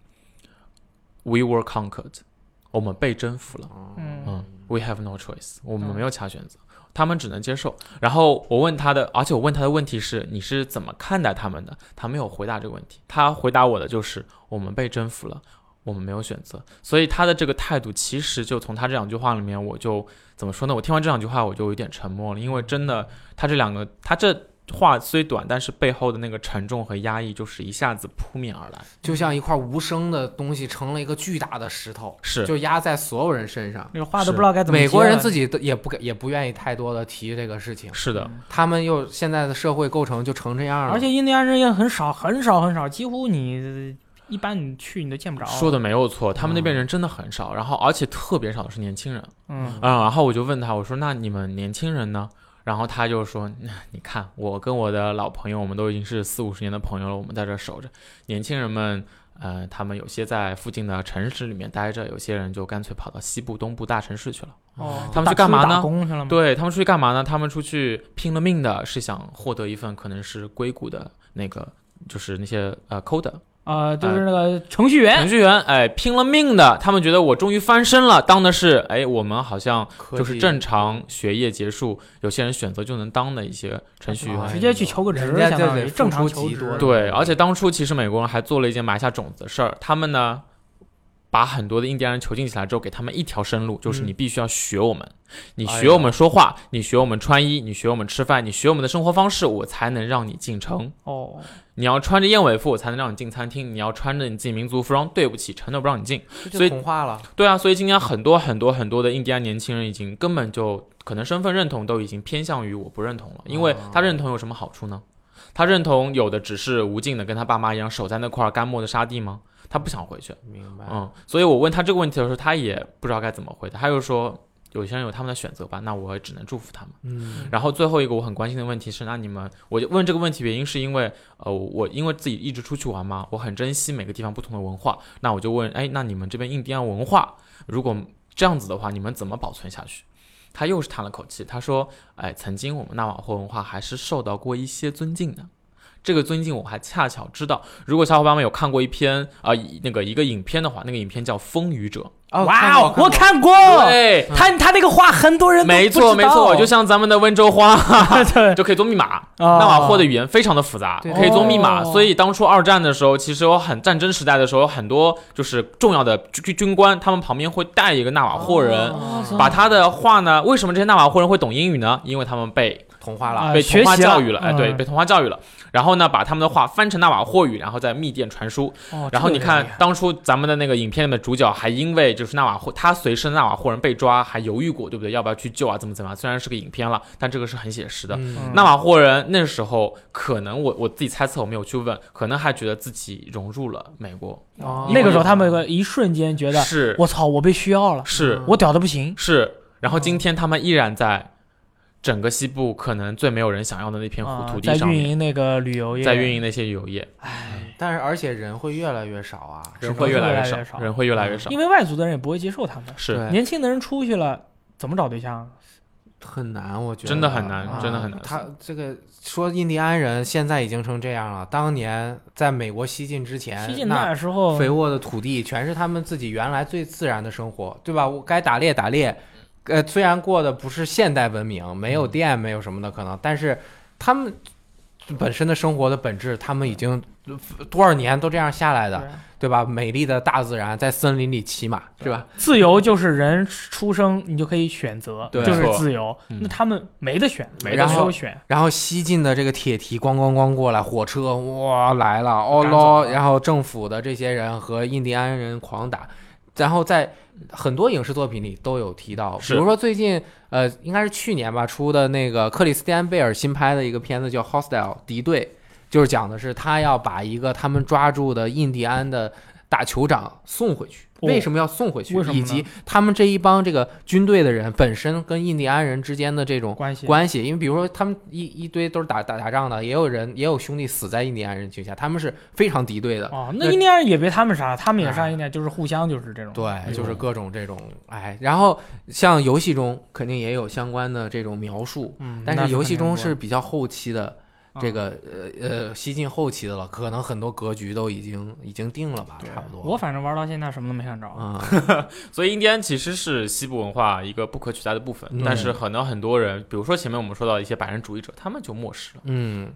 S3: ：“We were conquered，我们被征服了。”
S2: 嗯
S3: 嗯，We have no choice，我们没有其他选择，他们只能接受。然后我问他的，而且我问他的问题是你是怎么看待他们的？他没有回答这个问题，他回答我的就是我们被征服了，我们没有选择。所以他的这个态度，其实就从他这两句话里面，我就怎么说呢？我听完这两句话，我就有点沉默了，因为真的，他这两个，他这。话虽短，但是背后的那个沉重和压抑，就是一下子扑面而来。
S1: 就像一块无声的东西成了一个巨大的石头，
S3: 是，
S1: 就压在所有人身上。
S2: 那个话都不知道该怎么接
S1: 美
S2: 了。
S1: 国
S3: 啊
S1: 人自己都也不敢也不愿意太多的提这个事情，
S2: 嗯
S3: 是的，
S1: 他们又现在的社会构成就成这样了，
S2: 而且印第安人也很少，很少，很少，几乎你一般你去你都见不着。
S3: 说的没有错，他们那边人真的很少，然后而且特别少的是年轻人。
S2: 嗯，
S3: 嗯，然后我就问他，我说那你们年轻人呢？然后他就说，嗯你看我跟我的老朋友，我们都已经是四五十年的朋友了，我们在这守着。年轻人们，呃，他们有些在附近的城市里面待着，有些人就干脆跑到西部、东部大城市去了。
S2: 哦，
S3: 嗯他们去干嘛呢
S2: 打出打工去了吗？
S3: 对他们出去干嘛呢？他们出去拼了命的是想获得一份可能是硅谷的那个，就是那些呃 coder
S2: 呃，就是那个程序员
S3: 哎程序员，哎，拼了命的，他们觉得我终于翻身了，当的是，哎，我们好像
S1: 科技
S3: 就是正常学业结束，有些人选择就能当的一些程序
S1: 哎
S3: 员。
S2: 直接去求个职
S1: 人，家
S2: 相当
S1: 就
S2: 于
S1: 得
S2: 正常
S1: 付出
S2: 求
S1: 极多
S2: 职。
S1: 的
S3: 对，而且当初其实美国人还做了一件埋下种子的事儿，他们呢把很多的印第安人囚禁起来之后，给他们一条生路，就是
S1: 嗯
S3: 你必须要学我们，你
S1: 哎
S3: 学
S1: 呀
S3: 我们说话，你学我们穿衣，你学我们吃饭，你学我们的生活方式，我才能让你进城。
S2: 哦，
S3: 你要穿着燕尾服，我才能让你进餐厅；你要穿着你自己民族服装，对不起，城都不让你进。
S1: 这就
S3: 所以
S1: 同化了，
S3: 对啊，所以今天很多很多很多的印第安年轻人已经根本就可能身份认同都已经偏向于我不认同了，因为他认同有什么好处呢？他认同有的只是无尽的跟他爸妈一样守在那块干漠的沙地吗？他不想回去，
S1: 明白？
S3: 嗯，所以我问他这个问题的时候，他也不知道该怎么回答，他就说有些人有他们的选择吧，那我也只能祝福他们。
S1: 嗯，
S3: 然后最后一个我很关心的问题是，那你们，我就问这个问题原因是因为，呃，我因为自己一直出去玩嘛，我很珍惜每个地方不同的文化，那我就问，哎，那你们这边印第安文化如果这样子的话，你们怎么保存下去？他又是叹了口气，他说：“哎，曾经我们纳瓦霍文化还是受到过一些尊敬的。”这个尊敬我还恰巧知道，如果小伙伴们有看过一篇啊、呃一那个一个影片的话，那个影片叫《风雨者》，
S1: 哦
S2: 哇哦，我
S1: 我
S2: 看过，
S3: 对，嗯
S2: 他他那个画很多人都
S3: 没错
S2: 不知
S3: 没
S2: 道
S3: 错，就像咱们的温州花
S2: 对，
S3: 就可以做密码。
S2: 哦
S3: 纳瓦霍的语言非常的复杂，
S1: 对
S3: 可以做密码。
S2: 哦
S3: 所以当初二战的时候，其实有很战争时代的时候，有很多就是重要的军军官，他们旁边会带一个纳瓦霍啊人。
S1: 哦
S3: 把他的话呢？为什么这些纳瓦霍人会懂英语呢？因为他们被
S4: 童话
S2: 啊
S4: 了，
S3: 被
S2: 学
S3: 同化
S2: 习了
S3: 教育了，哎，对，
S2: 嗯
S3: 被同化教育了。然后呢，把他们的话翻成纳瓦霍语，然后再密电传输。
S2: 哦
S3: 然后你看，当初咱们的那个影片里面的主角还因为就是纳瓦霍，他随身纳瓦霍人被抓，还犹豫过，对不对？要不要去救啊？怎么怎么样？虽然是个影片了，但这个是很写实的。
S4: 嗯
S2: 哦
S3: 纳瓦霍人那时候可能我我自己猜测，我没有去问，可能还觉得自己融入了美国，
S1: 哦
S2: 那个时候他们有个一瞬间觉得，
S3: 是
S2: 我嗯操，我被需要了，
S3: 是
S2: 我屌的不行，
S3: 是。然后今天他们依然在整个西部可能最没有人想要的那片
S2: 啊
S3: 土土地
S2: 在
S3: 上
S2: 运
S3: 面，
S2: 营那个旅游业，
S3: 在运营那些旅游业，
S1: 但是而且人会越来越少啊，
S3: 人
S1: 是吧
S3: 会越
S2: 越
S3: 来
S2: 来
S3: 少
S2: 越，少
S3: 人会越来越少，
S2: 嗯因为外族的人也不会接受他们，
S3: 是
S1: 对
S2: 年轻的人出去了怎么找对象？啊
S1: 很难，我觉得
S3: 真的很难
S1: 啊
S3: 真的很难
S1: 他这个说印第安人现在已经成这样了，当年在美国西进之前，
S2: 西晋
S1: 哎那
S2: 那时候
S1: 肥沃的土地全是他们自己原来最自然的生活，对吧？我该打猎打猎，呃，虽然过的不是现代文明，没有电，没有什么的可能，但是他们本身的生活的本质，他们已经多少年都这样下来的，
S2: 对
S1: 对吧？美丽的大自然，在森林里骑马，是吧？
S2: 自由就是人出生你就可以选择，
S1: 对
S2: 就是自由。
S3: 嗯
S2: 那他们没得选，
S3: 没得
S2: 然
S1: 选
S2: 后选，
S1: 然后西进的这个铁蹄咣咣咣过来，火车哇来了，哦
S3: 赶走
S1: 喽，
S3: 了
S1: 然后政府的这些人和印第安人狂打，然后在很多影视作品里都有提到，比
S3: 是
S1: 如说最近呃应该是去年吧出的那个克里斯蒂安贝尔新拍的一个片子叫《Hostile》敌对，就是讲的是他要把一个他们抓住的印第安的打酋长送回去。
S2: 哦
S1: 为什么要送回去？
S2: 为什么呢
S1: 以及他们这一帮这个军队的人本身跟印第安人之间的这种
S2: 关系
S1: 关系，因为比如说他们一一堆都是打打打仗的，也有人也有兄弟死在印第安人旗下，他们是非常敌对的。
S2: 哦，
S1: 那
S2: 那印第安人也被他们杀，他们也杀
S1: 哎
S2: 印第安，就是互相就是这种。
S1: 对，就是各种这种哎，然后像游戏中肯定也有相关的这种描述，
S2: 嗯，
S1: 但
S2: 那
S1: 是游戏中
S2: 肯定
S1: 是比较后期的，这个
S2: 嗯
S1: 呃呃西晋后期的了，可能很多格局都已经已经定了吧，差不
S2: 不
S1: 多。
S2: 嗯我反正玩到现在什么都没看着。
S1: 啊，
S3: 所以印第安其实是西部文化一个不可取代的部分
S1: 嗯，
S3: 但是可能很多人，比如说前面我们说到一些白人主义者，他们就漠视了。
S1: 嗯，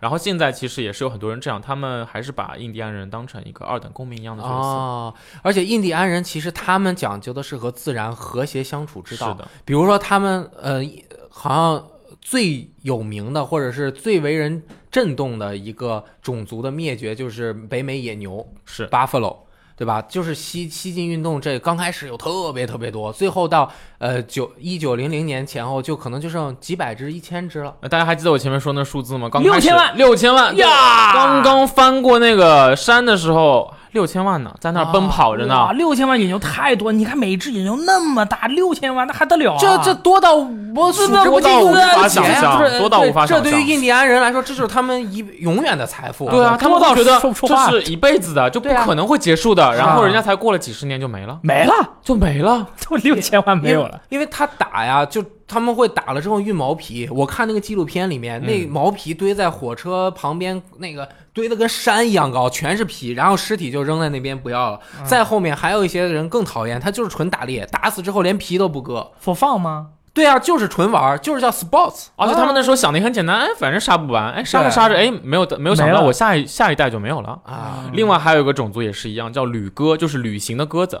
S3: 然后现在其实也是有很多人这样，他们还是把印第安人当成一个二等公民一
S2: 嗯
S3: 样的角色。
S1: 哦，而且印第安人其实他们讲究的是和自然和谐相处之
S3: 是
S1: 道，
S3: 的，
S1: 比如说他们呃，好像最有名的或者是最为人震动的一个种族的灭绝就是北美野牛
S3: 是
S1: （buffalo）。对吧？就是西西进运动，这刚开始有特别特别多，最后到呃九一九零零年前后，就可能就剩几百只、一千只了。
S3: 那大家还记得我前面说那数字吗？刚
S2: 六
S3: 开始
S2: 千万，
S3: 六千万
S2: 呀
S3: 刚刚翻过那个山的时候，六千万呢，在那儿奔跑着呢。
S2: 哇，六千万野牛太多！你看每只野牛那么大，六千万那还得了、啊？
S1: 这这多到我数
S3: 那
S1: 之不
S3: 多到
S1: 尽
S3: 无法
S1: 的钱
S3: 想象
S1: 不是
S3: 多到无法
S1: 这
S3: 想
S1: 这对于
S3: 象
S1: 印第安人来说，这就是他们一永远的财富。
S3: 对啊，他们
S2: 多到
S3: 会觉得
S2: 说不出话
S3: 这是一辈子的，就不
S1: 对啊
S3: 可能会结束的。然后
S2: 啊
S3: 人家才过了几十年就没了，
S2: 没了，
S3: 就没了。
S2: 就六千万没有了。
S1: 因为，因为他打呀，就他们会打了之后运毛皮。我看那个纪录片里面，那
S3: 嗯
S1: 毛皮堆在火车旁边，那个堆得跟山一样高，全是皮，然后尸体就扔在那边不要了。
S2: 嗯
S1: 再后面还有一些人更讨厌，他就是纯打猎，打死之后连皮都不割。
S2: for fun 吗？
S1: 对啊，就是纯玩儿，就是叫 sports。
S2: 哦啊
S3: 而且哦他们那时候想的也很简单，哎，反正杀不完，哎，杀着杀着，哎，没有没有想
S2: 没
S3: 到
S2: 了嗯
S3: 我下一下一代就没有了。
S1: 啊，
S3: 另外还有一个种族也是一样，叫旅鸽，就是旅行的鸽子。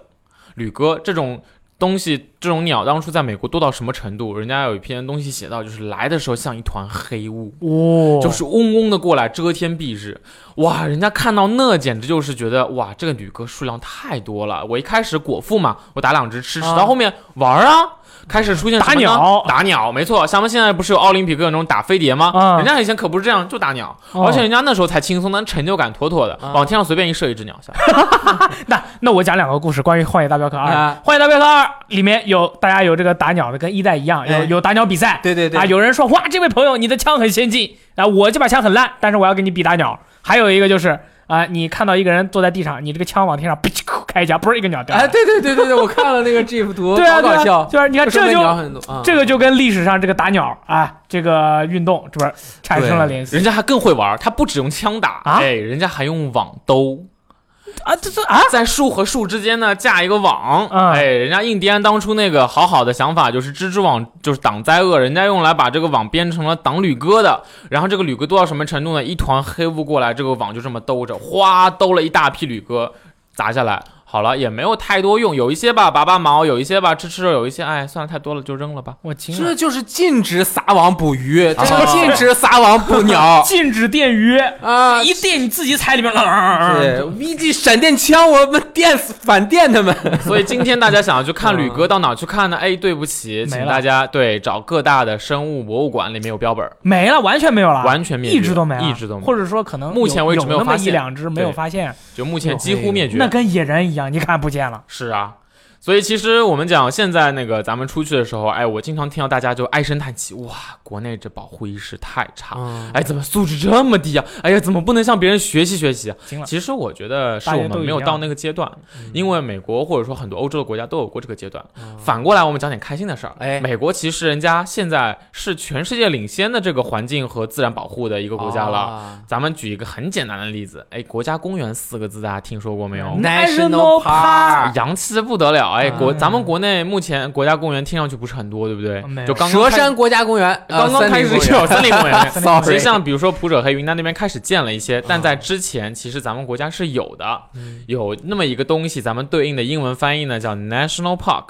S3: 旅鸽这种东西，这种鸟当初在美国多到什么程度？人家有一篇东西写到，就是来的时候像一团黑雾，
S1: 哦
S2: 哇、
S3: 就是嗡嗡的过来，遮天蔽日。哇，人家看到那简直就是觉得，哇，这个旅鸽数量太多了。我一开始果腹嘛，我打两只吃，吃
S2: 啊
S3: 到后面玩儿啊。开始出现什么呢
S2: 打鸟
S3: 打鸟，没错。咱们现在不是有奥林匹克那种打飞碟吗？
S2: 啊
S3: 人家以前可不是这样，就打鸟，
S2: 哦
S3: 而且人家那时候才轻松，那成就感妥妥的，
S1: 啊
S3: 往天上随便一射一只野鸟下来。
S2: 那那我讲两个故事，关于《荒野大镖客二》。
S1: 啊
S2: 荒野大镖客二》里面有大家有这个打鸟的，跟一代一样，有
S1: 哎
S2: 有打鸟比赛。
S1: 对对对
S2: 啊，有人说哇，这位朋友你的枪很先进，啊，我这把枪很烂，但是我要跟你比打鸟。还有一个就是啊、你看到一个人坐在地上，你这个枪往天上，啪叽 开一家，不是一个鸟掉下来。
S5: 哎，对对对对对，我看了那个 GIF 图，
S2: 对啊，
S5: 好搞
S2: 对啊，
S5: 笑。
S2: 就是你看
S5: 说
S2: 这
S5: 那
S2: 就
S5: 鸟很多啊，
S2: 这个就跟历史上这个打鸟啊，这个运动这边产生了联系
S3: 人家还更会玩儿，他不只用枪打，
S2: 啊
S3: 哎，人家还用网兜，
S2: 啊，这这啊，
S3: 在树和树之间呢架一个网，
S2: 嗯
S3: 哎，人家印第安当初那个好好的想法就是蜘蛛网就是挡灾厄，人家用来把这个网编成了挡铝哥的，然后这个铝哥多到什么程度呢？一团黑雾过来，这个网就这么兜着，哗兜了一大批铝哥砸下来。好了，也没有太多用，有一些吧拔拔毛，有一些吧吃吃肉，有一些哎算了太多了就扔了吧。
S2: 我惊了
S5: 这，就是禁止撒网捕
S2: 哦
S5: 鱼，这
S3: 啊
S5: 就禁止撒网捕 鸟
S2: 禁止电鱼，
S5: 啊！
S2: 一电你自己踩里面了。
S5: 对，VG 闪电枪，我们电死反电他们。
S3: 所以今天大家想要去看吕哥，到哪儿去看呢？哎，对不起，
S2: 嗯没
S3: 请
S2: 了
S3: 大家对找各大的生物博物馆，里面有标本儿，
S2: 没了，完全没有了，
S3: 完全灭绝
S2: 啊一直都没了，
S3: 一直都没有
S2: 或者说可能
S3: 目前为止
S2: 有
S3: 没有
S2: 那么
S3: 发现
S2: 一两只没有发现，
S3: 就目前几乎灭绝。
S2: 那跟野人一样，你看不见了。
S3: 是啊，所以其实我们讲现在那个咱们出去的时候，哎，我经常听到大家就唉声叹气，哇，国内这保护意识太差。
S5: 嗯
S3: 哎，怎么素质这么低啊？哎呀，怎么不能向别人学习学习啊？
S2: 行了
S3: 其实我觉得是我们没有到那个阶段，因为美国或者说很多欧洲的国家都有过这个阶段。反过来，我们讲点开心的事儿。
S5: 哎
S3: 美国其实人家现在是全世界领先的这个环境和自然保护的一个国家了。
S5: 啊
S3: 咱们举一个很简单的例子，哎，国家公园四个字大家听说过没有？
S5: ，National
S2: National
S5: Park，
S3: 洋气的不得了，哎，国
S2: 啊嗯
S3: 咱们国内目前国家公园听上去不是很多，对不对
S2: 没？有
S3: 就刚刚
S5: 蛇
S3: 开
S5: 山国家公园，，
S3: 刚刚开始就有森林公园 所以
S5: ，sorry，
S3: 像比如说普者黑云南那边开始建了一些，
S2: 嗯
S3: 但在之前其实咱们国家是有的，有那么一个东西，咱们对应的英文翻译呢叫 National Park，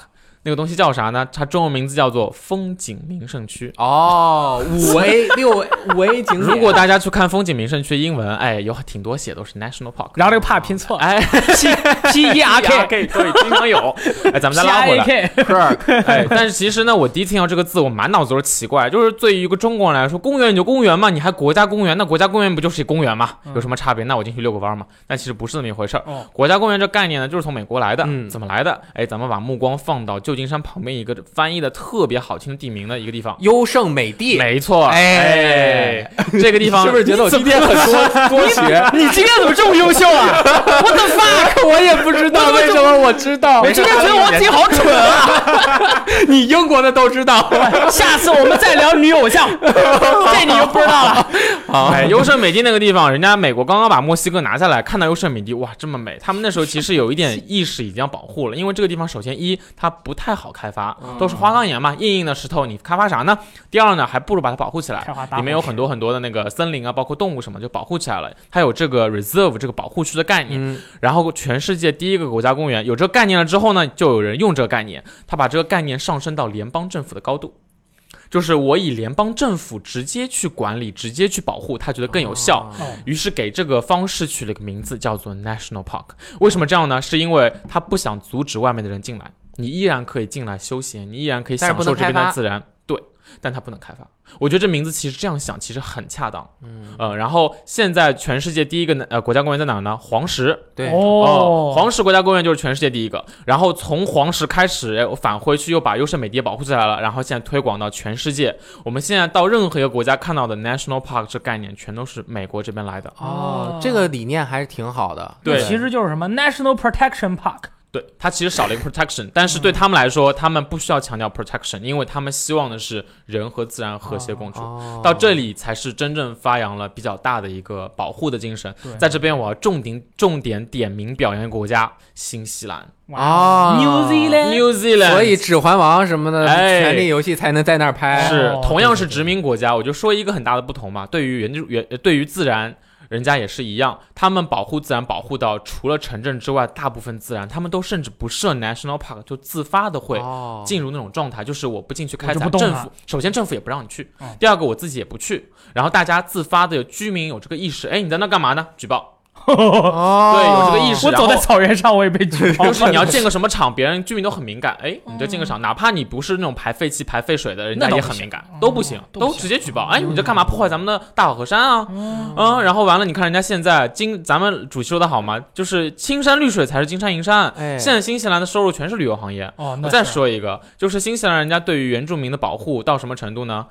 S3: 那个东西叫啥呢？它中文名字叫做风景名胜区。
S5: 哦，五 A 六 A 五 A 景点，
S3: 如果大家去看风景名胜区英文，哎，有挺多写都是 National Park。
S2: 然后这个怕拼错了
S3: 哎
S2: ，P E R K
S3: K 对，经常有。 哎，咱们
S2: P
S3: 再拉
S2: I
S3: 回
S2: A
S3: 来。
S2: K，
S3: 哎，但是其实呢，我第一次听到这个字，我满脑子都是奇怪。就是对于一个中国人来说，公园你就公园嘛，你还国家公园，那国家公园不就是一公园嘛，
S5: 嗯
S3: 有什么差别？那我进去遛个弯嘛。但其实不是那么一回事儿。
S2: 哦
S3: 国家公园这概念呢，就是从美国来的。
S5: 嗯
S3: 怎么来的？哎，咱们把目光放到旧金山旁边一个翻译的特别好听的地名的一个地方。
S5: 优胜美地，
S3: 没错，
S5: 哎
S3: 哎，这个地方
S5: 是不是觉得我今天很 多多学？
S2: 你今天怎么这么优秀 啊？我的妈！
S5: 我也不知道为什么我知道，
S2: 我今天觉得我自己好蠢啊！
S5: 你英国的都知道。
S2: 下次我们再聊女 偶像，这你就不知道了。
S3: 哎，优胜美地那个地方，人家美国刚刚把墨西哥拿下来，看到优胜美地，哇，这么美！他们那时候其实有一点意识已经要保护了，因为这个地方首先一它不太好开发，
S2: 嗯
S3: 都是花岗岩嘛，硬硬的石头，你开发啥呢？第二呢，还不如把它保护起来
S2: 开发，大
S3: 里面有
S2: 火山
S3: 很多很多的那个森林啊，包括动物什么，就保护起来了。它有这个 reserve 这个保护区的概念，
S5: 嗯，
S3: 然后全世界第一个国家公园有这个概念了之后呢，就有人用这个概念，他把这个概念上升到联邦政府的高度，就是我以联邦政府直接去管理、直接去保护，他觉得更有效。
S1: 哦
S5: 哦
S3: 于是给这个方式取了个名字，叫做 National Park。为什么这样呢？是因为他不想阻止外面的人进来，你依然可以进来休闲，你依然可以享受这边的自然。对，但他不能开发。我觉得这名字其实这样想其实很恰当。嗯，呃，然后现在全世界第一个呢呃国家公园在哪儿呢？黄石。
S5: 对，
S2: 哦，
S3: 黄呃石国家公园就是全世界第一个。然后从黄石开始，哎我返回去又把优胜美地保护起来了，然后现在推广到全世界。我们现在到任何一个国家看到的 national park 这概念，全都是美国这边来的。
S5: 哦，这个理念还是挺好的。
S3: 对
S2: 其实就是什么 National Protection Park，
S3: 对，它其实少了一个 protection，但是对他们来说，他们不需要强调 protection，因为他们希望的是人和自然和谐共处。
S5: 哦，
S3: 到这里才是真正发扬了比较大的一个保护的精神
S2: 对。
S3: 在这边，我要重点重点点名表扬一个国家——新西兰
S5: 啊
S2: ，New Zealand，
S3: （New Zealand）。
S5: 所以《指环王》什么的，
S3: 哎
S5: 权力游戏才能在那儿拍。
S3: 是
S2: 哦
S3: 同样是殖民国家，我就说一个很大的不同嘛。对于原住原呃对于自然，人家也是一样，他们保护自然保护到除了城镇之外，大部分自然他们都甚至不设 national park，就自发的会
S5: 哦
S3: 进入那种状态，就是我不进去
S2: 我
S3: 开
S2: 就
S3: 采
S2: 不，动
S3: 政
S2: 了
S3: 府首先政府也不让你去
S2: 嗯，
S3: 第二个我自己也不去，然后大家自发的有居民有这个意识，哎，你在那干嘛呢？举报，
S5: 哦，
S3: 对有这个意识
S2: 我走在
S3: 然后
S2: 草原上，我也被举报了。
S3: 就哦是你要建个什么厂，别人居民都很敏感，哎，你就建个厂，哪怕你不是那种排废气、排废水的，人家
S2: 那倒
S3: 也
S2: 不
S3: 很
S2: 行嗯
S3: 敏感，都不行，
S2: 都不
S3: 都
S2: 行嗯
S3: 直接举报，哎，你这干嘛破坏咱们的大好河山啊？嗯，然后完了，你看人家现在金，咱们主席说的好嘛，就是青山绿水才是金山银山，
S5: 哎
S3: 现在新西兰的收入全是旅游行业。
S2: 哦，那
S3: 我再
S2: 是
S3: 说一个，就是新西兰人家对于原住民的保护到什么程度呢？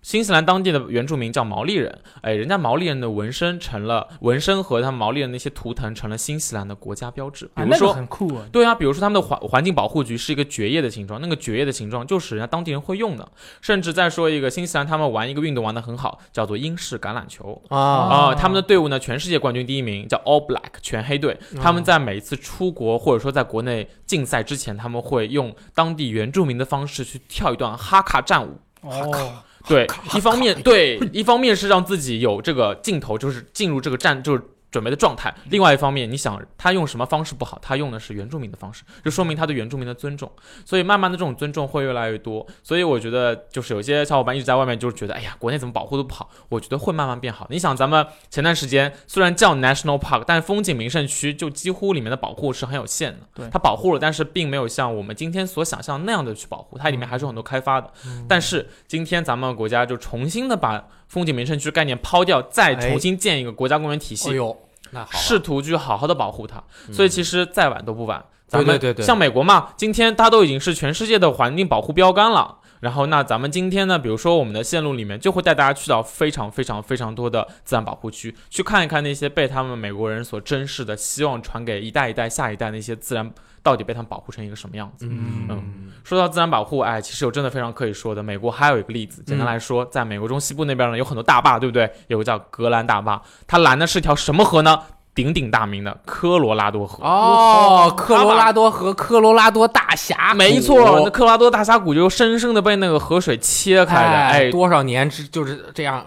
S3: 新西兰当地的原住民叫毛利人，哎，人家毛利人的纹身成了纹身和他们毛利人的一些图腾成了新西兰的国家标志，比
S2: 啊，
S3: 如
S2: 那
S3: 说。
S2: 个很酷啊，
S3: 对啊，比如说他们的环环境保护局是一个蕨叶的形状，那个蕨叶的形状就是人家当地人会用的。甚至再说一个新西兰，他们玩一个运动玩得很好，叫做英式橄榄球
S5: 啊
S3: 啊、他们的队伍呢，全世界冠军第一名叫 All Black 全黑队。他们在每一次出国或者说在国内竞赛之前，他们会用当地原住民的方式去跳一段哈卡战舞。
S2: 哦，
S3: 对，一方面对，一方面是让自己有这个镜头，就是进入这个战，就是准备的状态；另外一方面，你想他用什么方式不好，他用的是原住民的方式，就说明他对原住民的尊重。所以慢慢的这种尊重会越来越多。所以我觉得就是有些小伙伴一直在外面就是觉得，哎呀，国内怎么保护都不好，我觉得会慢慢变好。你想，咱们前段时间虽然叫 national park，但是风景名胜区就几乎里面的保护是很有限的。
S2: 对
S3: 它保护了，但是并没有像我们今天所想象那样的去保护，它里面还是有很多开发的。
S5: 嗯
S3: 但是今天咱们国家就重新的把风景名胜区概念抛掉，再重新建一个国家公园体系，
S5: 哎呦，那哎好啊，
S3: 试图去好好的保护它。所以其实再晚都不晚。
S5: 嗯
S3: 咱
S5: 对
S3: 们
S5: 对对对
S3: 像美国嘛，今天它都已经是全世界的环境保护标杆了。然后，那咱们今天呢，比如说我们的线路里面，就会带大家去到非常非常非常多的自然保护区，去看一看那些被他们美国人所珍视的，希望传给一代一代、下一代那些自然到底被他们保护成一个什么样子。
S5: 嗯
S3: 说到自然保护，哎，其实有真的非常可以说的。美国还有一个例子，
S5: 嗯
S3: 简单来说，在美国中西部那边呢，有很多大坝，对不对？有个叫格兰大坝，它拦的是条什么河呢？鼎鼎大名的科罗拉多河。
S5: 哦，科罗拉多和科罗拉多大峡谷，哎
S3: 没错，那科罗拉多大峡谷就深深的被那个河水切开的，哎，
S5: 多少年之就是这样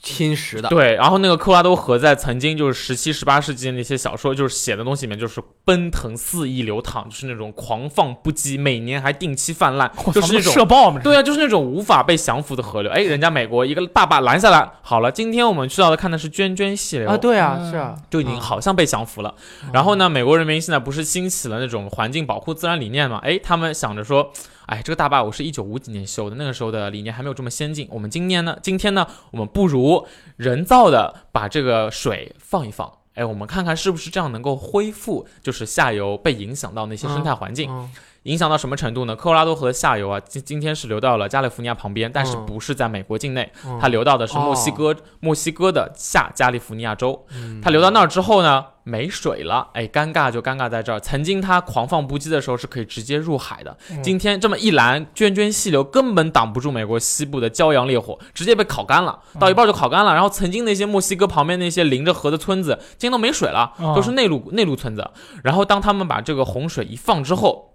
S5: 侵蚀的，
S3: 对，然后那个科罗拉多河在曾经就是十七、十八世纪那些小说就是写的东西里面，就是奔腾肆意流淌，就是那种狂放不羁，每年还定期泛滥，
S2: 我
S3: 就
S2: 操
S3: 是那种
S2: 社爆嘛，这是
S3: 对啊，就是那种无法被降服的河流。哎，人家美国一个大坝拦下来，好了，今天我们去到的看的是涓涓细流，
S5: 啊，对啊，
S2: 嗯
S5: 是啊，
S3: 就已经好像被降服了。然后呢，美国人民现在不是兴起了那种环境保护自然理念嘛？哎，他们想着说，哎，这个大坝我是一九五几年修的，那个时候的理念还没有这么先进。我们今年呢，今天呢，我们不如人造的把这个水放一放。哎，我们看看是不是这样能够恢复，就是下游被影响到那些生态环境。
S5: 嗯
S3: 影响到什么程度呢？科罗拉多河的下游啊，今今天是流到了加利福尼亚旁边，但是
S5: 嗯
S3: 不是在美国境内，
S5: 嗯哦
S3: 它流到的是墨西哥、墨西哥的下加利福尼亚州。
S5: 嗯
S2: 嗯
S3: 它流到那儿之后呢，没水了，哎，尴尬就尴尬在这儿。曾经它狂放不羁的时候是可以直接入海的，
S2: 嗯
S3: 今天这么一拦，涓涓细流根本挡不住美国西部的骄阳烈火，直接被烤干了，
S2: 嗯
S3: 到一半就烤干了。然后曾经那些墨西哥旁边那些临着河的村子，今天都没水了，
S2: 嗯
S3: 都是内陆内陆村子。然后当他们把这个洪水一放之后。
S5: 啊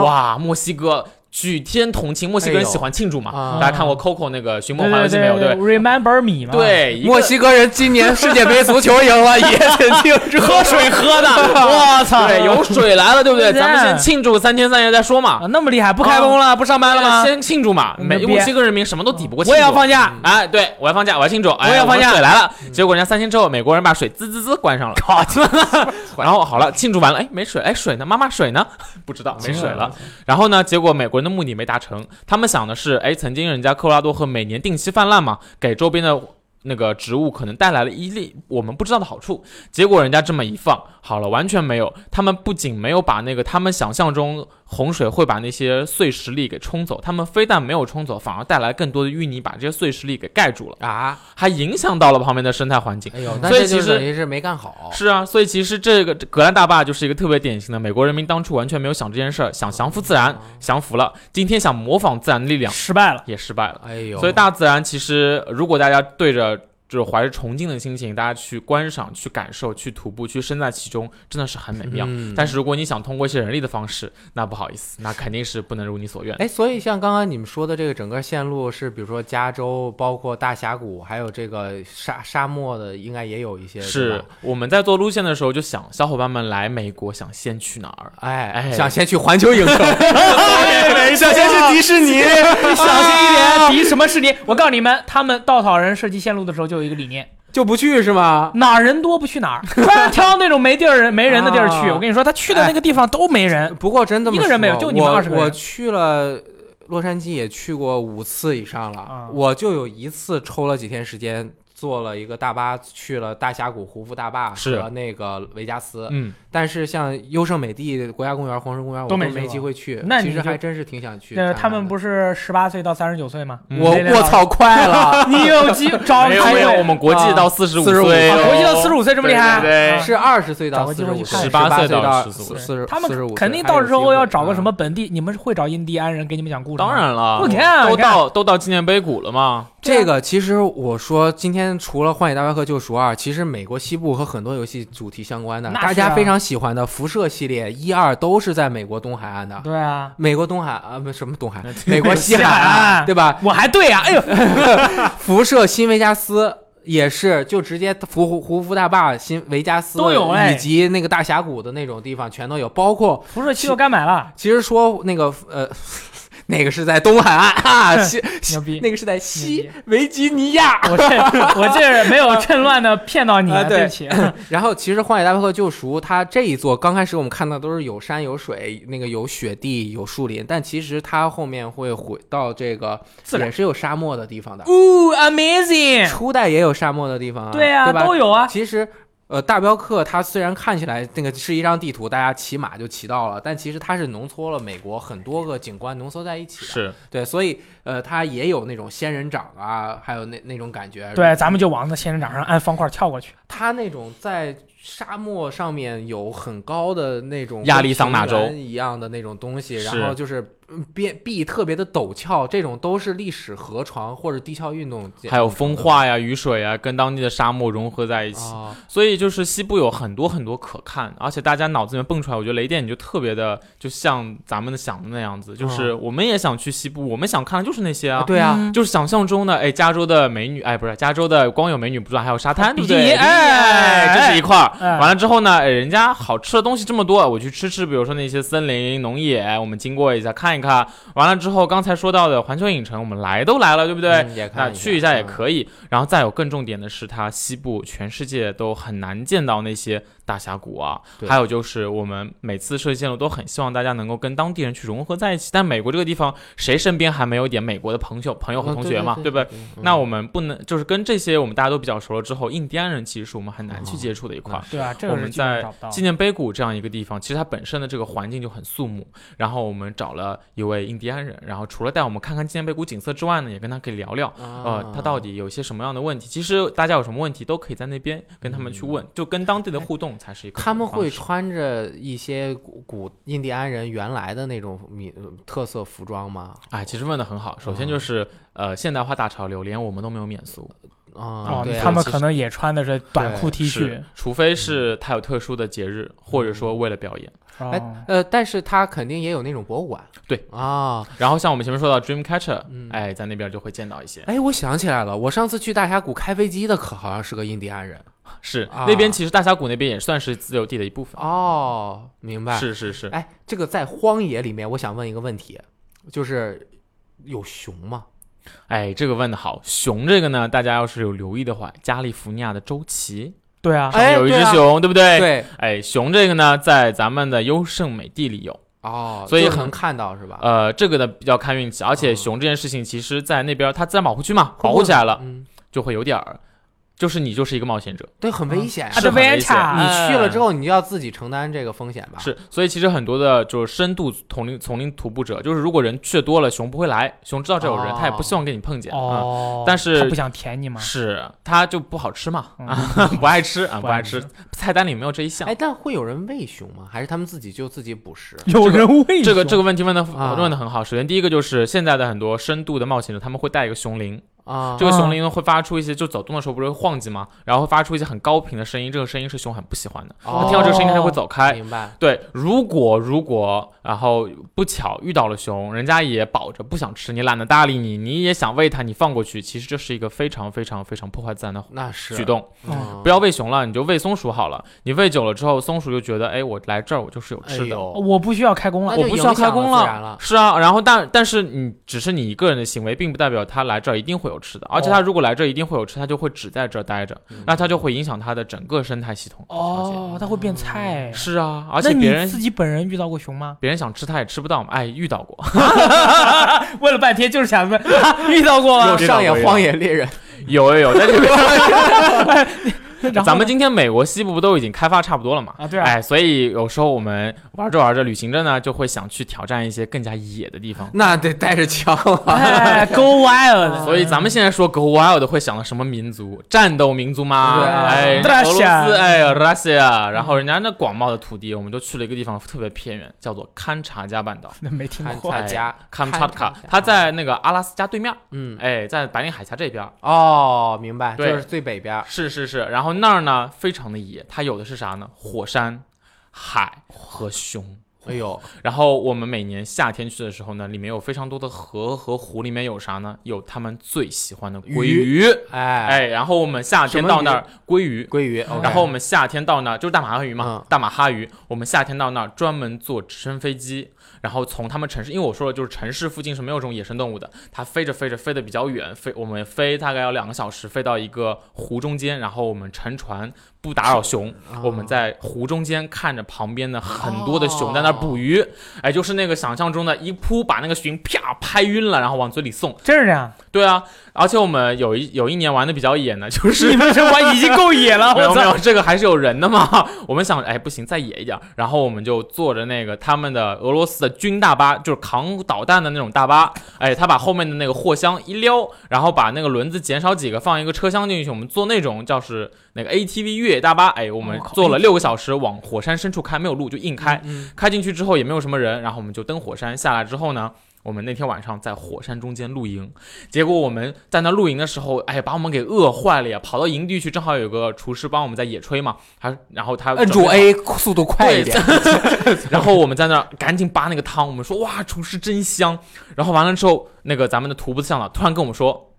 S3: 哇，墨西哥举天同庆，墨西哥人喜欢庆祝嘛？
S5: 啊
S3: 大家看过 Coco 那个《寻梦
S2: 哎对
S3: 环
S2: 对
S3: 游记》没有？
S2: 对
S3: 对
S2: ，Remember Me 嘛，，
S3: 对，一个
S5: 墨西哥人今年 世界杯足球赢了，也挺庆祝。
S3: 喝水喝的，
S2: 我操，
S3: 对，有水来了，对不对？
S2: 对
S3: 咱们先庆祝三天三夜再说嘛
S2: 啊，。那么厉害，不开工了，不上班了吗？
S3: 先庆祝嘛，
S2: 那
S3: 美
S2: 别
S3: 墨西哥人民什么都抵不过庆
S2: 我
S3: 祝。
S2: 也要放假，
S3: 哎，对我要放假，我要庆祝，哎
S2: 我也要放假
S3: 们水来了。结果人家三天之后，美国人把水滋滋滋关上了， 然后好了，庆祝完了，哎，没水，哎，水呢？妈妈，水呢？ 不知道，没水了。然后呢，结果美国人的目的没达成，他们想的是，哎，曾经人家科罗拉多河每年定期泛滥嘛，给周边的。那个植物可能带来了一粒我们不知道的好处，结果人家这么一放，好了，完全没有。他们不仅没有把那个他们想象中洪水会把那些碎石粒给冲走，他们非但没有冲走，反而带来更多的淤泥，把这些碎石粒给盖住了，
S5: 啊，
S3: 还影响到了旁边的生态环境。
S5: 哎呦，那
S3: 所以
S5: 这就
S3: 其实
S5: 等于是没干
S1: 哦
S5: 好。
S3: 是啊，所以其实这个这格兰大坝就是一个特别典型的美国人民当初完全没有想这件事儿，想降服自然，
S5: 哦
S3: 降服了，今天想模仿自然的力量
S2: 失 败了，
S3: 也失败了。
S5: 哎呦，
S3: 所以大自然其实，如果大家对着就是怀着崇敬的心情，大家去观赏、去感受、去徒步、去身在其中，真的是很美妙。
S5: 嗯
S3: 但是如果你想通过一些人力的方式，那不好意思，那肯定是不能如你 所愿。
S5: 哎，所以像刚刚你们说的这个整个线路是，比如说加州，包括大峡谷，还有这个沙沙漠的，应该也有一些对
S3: 是
S5: 吧
S3: 我们在做路线的时候就想，小伙伴们来美国想先去哪儿？
S5: 哎
S3: 哎
S5: 想先去环球影 城，
S2: 哎
S5: 想先去迪 士尼，
S2: 小心一
S5: 啊
S1: 啊
S2: 点，敌什么是你？我告诉你们，他们稻草人设计线路的时候就有一个理念，
S5: 就不去是吗？
S2: 哪儿人多不去哪儿， 专挑那种没地儿人没人的地儿去。
S5: 啊
S2: 我跟你说，他去的那个地方都没
S1: 哎
S2: 人，
S5: 不过真这么
S2: 一个人没有
S5: 说
S2: 就你们
S5: 我
S2: 20个人
S5: 我去了洛杉矶也去过五次以上了，
S2: 啊
S5: 我就有一次抽了几天时间
S1: 坐了一个大巴去了大峡谷胡夫大坝
S3: 是
S1: 和那个维加斯，
S3: 嗯，
S1: 但是像优胜美地国家公园、黄石公园，我
S2: 都没
S1: 没机
S2: 去过
S1: 会去。
S2: 那你
S1: 其实
S2: 就
S1: 还真是挺想去看看
S2: 呃，
S1: 的。
S2: 他们不是十八岁到三十九岁吗？
S1: 我
S2: 雷雷
S1: 我
S2: 老师，
S1: 操，快了！
S2: 你嗯有机找
S3: 没有
S2: 开
S3: 没有，
S2: 会
S3: 我们国际到四十五岁
S2: 啊
S3: 哦，
S2: 国际到45岁这么厉害
S3: 对
S2: 啊
S1: 是二十岁
S2: 找
S1: 到
S2: 个
S1: 四
S2: 机
S1: 十
S2: 会
S1: 五
S2: 去看
S1: 岁，
S2: 一
S3: 看
S1: 岁到
S3: 18岁
S1: 四四
S2: 他
S1: 四十五
S2: 们
S1: 岁，
S2: 肯定
S1: 还有
S2: 到时候要
S1: 机会
S2: 找个什么
S1: 嗯
S2: 本地，你们会找印第安人给你们讲故事吗？
S3: 当然了，
S2: 不看
S3: 都
S2: 你看
S3: 到都到纪念碑谷了嘛，
S1: 这个其实我说，今天除了《荒野大镖客：救赎二》，其实美国西部和很多游戏主题相关的，
S2: 那是啊
S1: 大家非常喜欢的《辐射》系列一二都是在美国东海岸的。
S2: 对啊，
S1: 美国东海啊，不什么东海， 美国西海
S2: 西海岸
S1: 岸，对吧？
S2: 我还对啊，哎呦，
S1: 辐射新维加斯也是，就直接胡胡胡夫大坝、新维加斯
S2: 都有哎
S1: 以及那个大峡谷的那种地方全都有，包括
S2: 辐射器都该买了，
S1: 其实说那个呃， 那个是在东海岸啊，西
S2: 牛逼！
S1: 那个是在
S2: 牛
S1: 西维吉尼亚。
S2: 我这我这没有趁乱的骗到你啊，
S1: 啊对
S2: 对不起。
S1: 然后其实《荒野大镖客：救赎》它这一座刚开始我们看到都是有山有水，那个有雪地有树林，但其实它后面会回到这个
S2: 自然
S1: 也是有沙漠的地方的，
S2: Ooh, amazing！
S1: 初代也有沙漠的地方啊，
S2: 对啊，
S1: 对吧
S2: 都有
S3: 嗯
S2: 啊。
S1: 其实，呃，大镖客它虽然看起来那个是一张地图，大家骑马就骑到了，但其实它是浓缩了美国很多个景观浓缩在一起的。
S3: 是
S1: 对，所以呃，它也有那种仙人掌啊，还有那那种感觉。，
S2: 对，咱们就往那仙人掌上按方块跳过去。
S1: 它那种在沙漠上面有很高的那种
S3: 亚利桑那州
S1: 跟平原一样的那种东西，
S3: 是
S1: 然后就是嗯边壁特别的陡峭，这种都是历史河床或者地壳运动这。
S3: 还有风化呀、雨水呀，跟当地的沙漠融合在一起，
S1: 啊，
S3: 所以就是西部有很多很多可看，而且大家脑子里面蹦出来，我觉得雷电你就特别的，就像咱们想的那样
S2: 嗯
S3: 子，就是我们也想去西部，我们想看的就是那些啊。
S1: 对啊，
S2: 嗯
S3: 就是想象中的，哎，加州的美女，哎，不是加州的光有美女不算，还有沙滩，
S2: 啊比
S3: 对不
S2: 基
S3: 对？
S2: 尼，哎，
S3: 这是一块儿。
S2: 哎
S3: 完了之后呢，哎，人家好吃的东西这么多，我去吃吃，比如说那些森林、农野，我们经过一下看一看。完了之后，刚才说到的环球影城，我们来都来了，对不对？
S1: 嗯，也
S3: 那
S1: 看
S3: 去一下也
S1: 嗯
S3: 可以。然后再有更重点的是，它西部全世界都很难见到那些大峡谷啊。
S1: 对
S3: 还有就是，我们每次设计线路都很希望大家能够跟当地人去融合在一起。但美国这个地方，谁身边还没有一点美国的朋友、朋友和
S1: 嗯
S3: 同
S1: 对
S3: 学
S1: 对
S3: 嘛，
S1: 对
S3: 不对？
S1: 对嗯
S3: 那我们不能就是跟这些我们大家都比较熟了之后，印第安人其实是我们很难去接触的一块
S1: 哦
S3: 儿。
S2: 对啊，这
S3: 我
S2: 个是
S3: 们
S2: 基本上
S3: 在
S2: 找不到
S3: 纪
S2: 的。
S3: 念碑谷这样一个地方，其实它本身的这个环境就很肃穆。然后我们找了一位印第安人，然后除了带我们看看纪念碑谷景色之外呢，也跟他可以聊聊，呃
S1: 啊，
S3: 他到底有些什么样的问题？其实大家有什么问题都可以在那边跟他们去问，就跟当地的互动才是一个
S1: 嗯他们
S3: 方
S1: 会
S3: 式
S1: 穿着一些古古印第安人原来的那种米呃特色服装吗？
S3: 哎，其实问的很好。首先
S1: 嗯
S3: 就是呃，现代化大潮流，连我们都没有免俗，
S1: 啊、
S2: 哦
S1: 对，
S2: 他们
S3: 其实
S2: 可能也穿的是短裤 T 恤
S3: 是。除非是他有特殊的节
S1: 嗯
S3: 日，或者说为了表演。
S2: 哦
S1: 哎呃，但是他肯定也有那种博物馆。
S3: 对
S1: 啊，
S3: 然后像我们前面说到 Dreamcatcher，
S1: 嗯
S3: 哎，在那边就会见到一些。
S1: 哎，我想起来了，我上次去大峡谷开飞机的可好像是个印第安人。
S3: 是
S1: 啊
S3: 那边其实大峡谷那边也算是自留地的一部分。
S1: 哦，明白。。
S3: 是是是，
S1: 哎，这个在荒野里面，我想问一个问题，就是有熊吗？
S3: 哎，这个问的好。熊这个呢，大家要是有留意的话，加利福尼亚的州旗
S2: 对啊，
S3: 上面
S1: 哎
S3: 有一
S1: 对
S3: 只
S1: 啊
S3: 熊，对不对？。
S1: 对，
S3: 哎，熊这个呢，在咱们的优胜美地里有。
S1: 哦，
S3: 所以
S1: 就
S3: 很
S1: 能看到是吧？
S3: 呃，这个呢比较看运气，而且
S1: 哦
S3: 熊这件事情，其实在那边它自然保护区嘛，
S1: 会
S3: 保
S1: 不
S3: 护
S1: 会
S3: 起来了，
S1: 嗯，
S3: 就会有点儿，就是你就是一个冒险者。
S1: 对，很危险、啊嗯
S2: 啊，对
S3: 是很危险
S2: Adventure
S1: 你去了之
S3: 后。
S1: 后，你就要自己承担这个风险吧？
S3: 嗯是，所以其实很多的就是深度丛林丛林徒步者，就是如果人去得多了，熊不会来，熊知道这有人，
S1: 哦
S3: 它也不希望跟你碰见。啊
S2: 哦，
S3: 但是
S2: 他不想舔你吗？
S3: 是，它就不好吃嘛，
S2: 嗯
S3: 啊，不爱吃啊，
S2: 不
S3: 不
S2: 爱
S3: 爱吃，菜单里没有这一项
S1: 哎，。但会有人喂熊吗？还是他们自己就自己捕食？
S2: 有人喂
S3: 这个
S2: 熊
S3: 这个问题问的
S1: 啊
S3: 问的很好。首先第一个就是现在的很多深度的冒险者，他们会带一个熊铃，
S1: 啊，
S3: 这个熊铃呢会发出一些，就走动的时候不是会晃叽吗？然后会发出一些很高频的声音，这个声音是熊很不喜欢的，它
S1: 哦
S3: 听到这个声音它就会走开。
S1: 明白
S3: 对，如果如果然后不巧遇到了熊，人家也饱着不想吃，你懒得搭理你，你也想喂它，你放过去，其实这是一个非常非常非常破坏自然的
S1: 那是
S3: 举，动。
S1: 嗯
S3: 不要喂熊了，你就喂松鼠好了。你喂久了之后，松鼠就觉得，哎，我来这儿我就是有吃
S1: 哎
S3: 的。
S1: 呦
S2: 我不需要开工了
S1: 那，
S3: 我
S1: 就
S3: 不需要开工
S1: 影响了自然了
S3: 是啊，然后但但是你只是你一个人的行为，并不代表他来这儿一定会有吃的，而
S2: 哦
S3: 且他如果来这儿一定会有吃，他就会只在这儿待着，
S2: 嗯
S3: 那他就会影响他的整个生态系统。
S2: 哦，它会变菜。
S3: 嗯是啊，而
S2: 而
S3: 且别人
S2: 自己本人遇到过熊吗？
S3: 别人想吃他也吃不到嘛，哎，遇到过，
S2: 问了半天就是想问，啊遇到过吗？
S1: 有上野荒野猎人
S3: 有有 有，但是
S2: 然后
S3: 咱们今天美国西部不都已经开发差不多了嘛？
S2: 啊对啊
S3: 哎，所以有时候我们玩着玩着旅行着呢，就会想去挑战一些更加野的地方。
S1: 那得带着枪了。
S2: 哎，Go Wild，
S3: 所以咱们现在说 Go Wild 会想到什么民族？战斗民族吗？
S1: 对啊
S3: 哎，俄
S2: Russia
S3: 罗斯，哎，Russia。然后人家那广袤的土地，我们就去了一个地方特别偏远，叫做堪察加半岛。
S2: 那 没听过
S1: 堪察加
S3: 哎堪察
S1: 堪察
S3: 加
S1: 加，
S3: 它在那个阿拉斯加对面，
S1: 嗯，
S3: 哎，在白令海峡这边。
S1: 哦，明白，就
S3: 对
S1: 是最北边儿。
S3: 是是是，然后那儿呢非常的野，它有的是啥呢？火山、海和熊。
S1: 哎 呦，
S3: 然后我们每年夏天去的时候呢，里面有非常多的河和湖，里面有啥呢？有他们最喜欢的鲑
S1: 鱼
S3: 鱼。
S1: 哎，
S3: 哎，然后我们夏
S1: 什
S3: 天
S1: 么
S3: 到
S1: 鱼
S3: 那儿鲑鱼，
S1: 鲑鱼，OK，
S3: 然后我们夏天到那儿就是大马哈鱼嘛
S1: 嗯，
S3: 大马哈鱼。我们夏天到那儿专门坐直升飞机，然后从他们城市，因为我说了，就是城市附近是没有这种野生动物的。它飞着飞着飞得比较远，飞我们飞大概要两个小时，飞到一个湖中间，然后我们乘船不打扰
S1: 啊
S3: 熊，
S1: 嗯
S3: 我们在湖中间看着旁边的很多的
S1: 啊
S3: 熊在那儿捕鱼，哎，就是那个想象中的一扑把那个熊啪拍晕了，然后往嘴里送。
S2: 真是这样，
S3: 对啊，而且我们有一有一年玩的比较野呢，就是
S2: 你们这玩已经够野了，
S3: 没有
S2: 我
S3: 没有
S2: 操！，
S3: 这个还是有人的嘛。我们想，哎，不行，再野一点儿。然后我们就坐着那个他们的俄罗斯的军大巴，就是扛导弹的那种大巴。哎，他把后面的那个货箱一撩，然后把那个轮子减少几个，放一个车厢进去。我们坐那种叫是那个 ATV 越野大巴。哎，我们
S2: 我靠
S3: 坐了六个小时，往火山深处开，没有路就硬开。
S1: 嗯，
S3: 开进去之后也没有什么人，然后我们就登火山下来之后呢，我们那天晚上在火山中间露营，结果我们在那露营的时候，哎，把我们给饿坏了呀！跑到营地去，正好有个厨师帮我们在野炊嘛，他然后 他
S1: 摁住
S3: 准备
S1: A 速度快一 点。
S3: 然后我们在那儿赶紧扒那个汤，我们说哇，厨师真香。然后完了之后，那个咱们的徒步向导突然跟我们说，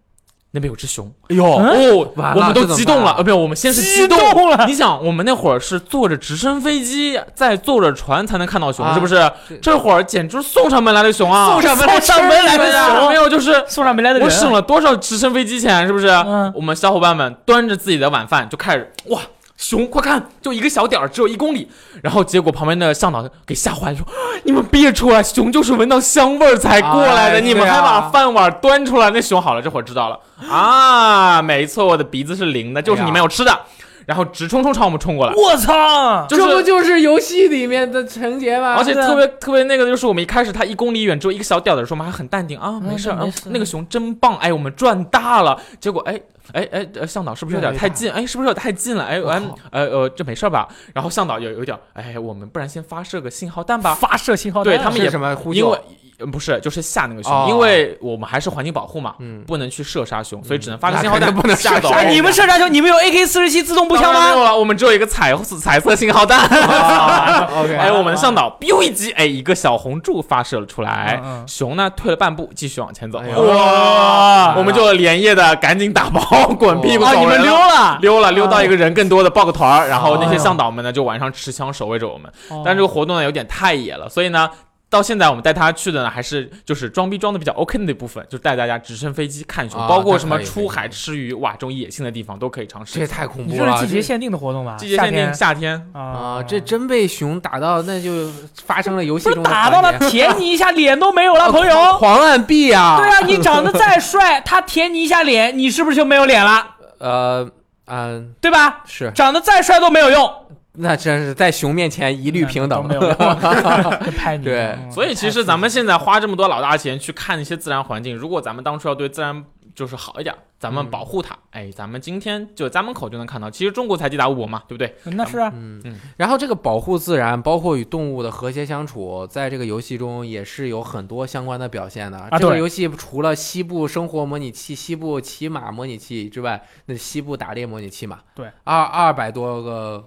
S3: 那边有只熊。
S1: 哎呦，
S3: 哦，
S1: 完
S3: 我
S1: 了
S3: 们
S1: 这
S3: 都
S1: 怎么
S3: 激动
S1: 办
S3: 了
S1: 啊，
S3: 呃，没有，我们先是
S2: 激
S3: 动
S2: 动了
S3: 你想，我们那会儿是坐着直升飞机，再坐着船才能看到熊，
S1: 啊
S3: 是不是？这会儿简直送上门来的熊啊！
S1: 送上门
S2: 送上门来的
S3: 对呀
S2: 熊
S3: 没有，就是
S2: 送上门来的人啊
S3: 我，省了多少直升飞机钱，是不是？
S2: 嗯
S3: 我们小伙伴们端着自己的晚饭就开始哇。熊，快看，就一个小点儿，只有一公里。然后结果旁边的向导给吓坏了，说：“ 你们别出来，熊就是闻到香味儿才过来的，
S1: 哎
S3: 你们
S1: 对啊
S3: 还把饭碗端出来。”那熊好了，这会儿知道了啊，没错，我的鼻子是灵的，就是你们有吃的。然后直冲冲朝我们冲过来，
S2: 我操！
S3: 就是
S1: 这不就是游戏里面的情节吗？
S3: 而且
S2: 对啊
S3: 特别特别那个的就是我们一开始它一公里远只有一个小点儿的时候，我们还很淡定
S1: 嗯
S3: 啊，没事儿，
S2: 没
S3: 啊
S2: 事
S3: 那个熊真棒，哎，我们赚大了。结果哎哎哎，呃向导是不是有点太近？哎，是不是有点太近了？哎，
S1: 我
S3: 哎
S1: 靠
S3: 呃呃，这没事儿吧？然后向导有有一点儿，哎，我们不然先发射个信号弹吧，
S2: 发射信号弹，
S3: 对他们也
S1: 是什么呼
S3: 因
S1: 救
S3: 为。呃不是，就是吓那个熊，
S1: 哦
S3: 因为我们还是环境保护嘛，
S1: 嗯
S3: 不能去射杀熊，所以只能发个信号
S1: 那
S3: 弹
S1: 肯定不能
S3: 吓
S1: 射
S3: 走。
S1: 杀
S2: 哎，你们射杀球，你们有 AK 四十七自动步枪
S3: 当然
S2: 吗？
S3: 没有了，我们只有一个彩彩色信号弹。
S1: 啊 OK，
S3: 哎，我们的向导 biu 一击，哎，一个小红柱发射了出来，
S2: 嗯嗯
S3: 熊呢退了半步，继续往前走。
S1: 哎呦
S3: 哇
S1: 哎，哦
S3: 我们就连夜的赶紧打包， 滚屁股
S2: 啊，
S3: 走
S2: 你
S3: 人
S2: 们溜
S3: 了。
S2: 了，
S3: 溜了，溜到一个人更多
S1: 嗯
S3: 的抱个团儿，然后那
S2: 哎
S3: 些
S2: 呦
S3: 向导们呢就晚上持枪守卫着我们。但这
S2: 哦
S3: 个活动呢有点太野了，所以呢，到现在我们带他去的呢还是就是装逼装的比较 OK 的那部分，就带大家直升飞机看熊，
S1: 啊
S3: 包括什么
S1: 那可以
S3: 出海吃鱼，哇，这种野性的地方都可以尝
S1: 这
S3: 试
S1: 也。太恐
S2: 你
S1: 怖
S2: 这
S1: 了。
S2: 是季节
S1: 这
S2: 限定的活动吧？
S3: 啊季节限定
S2: 夏
S3: 夏天
S2: 天
S1: 啊、
S2: 啊
S1: 这真被熊打到，那就发生了游戏
S2: 不
S1: 中
S2: 是
S1: 的
S2: 打到了
S1: 环节 哦
S2: 舔你一下脸都没有
S3: 哦
S2: 了，朋
S1: 狂
S2: 友。
S1: 狂按 B 啊！
S2: 对啊，你长得再帅，他舔你一下脸，你是不是就没有脸了？
S1: 呃嗯、
S2: 对吧？
S1: 是，
S2: 长得再帅都没有用，嗯
S1: 那真是在熊面前一律平等
S2: 都。没有 用， 就拍你。
S1: 对
S2: 嗯
S3: 所以其实咱们现在花这么多老大钱去看一些自然环境，如果咱们当初要对自然就是好一点，咱们
S1: 嗯
S3: 保护它，哎，咱们今天就家门口就能看到。其实中国才地大物博嘛，对不对？
S2: 那是啊，
S1: 嗯
S3: 嗯，
S1: 然后这个保护自然，包括与动物的和谐相处，在这个游戏中也是有很多相关的表现的。这个
S2: 啊对
S1: 游戏除了西部生活模拟器、西部骑马模拟器之外，那西部打猎模拟器嘛，
S2: 对，
S1: 二二百多个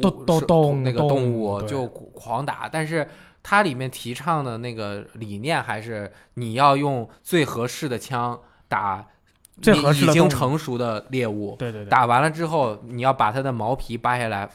S2: 都
S1: 物
S2: 都
S1: 是
S2: 动
S1: 那个
S2: 动
S1: 动
S2: 物
S1: 物
S2: 对
S1: 就狂打，但是。它里面提倡的那个理念还是你要用最合适的枪打
S2: 最合
S1: 已
S2: 适的动
S1: 经
S2: 物
S1: 成熟的猎物，
S2: 对对对，
S1: 打完了之后，你要把它的毛皮扒下来，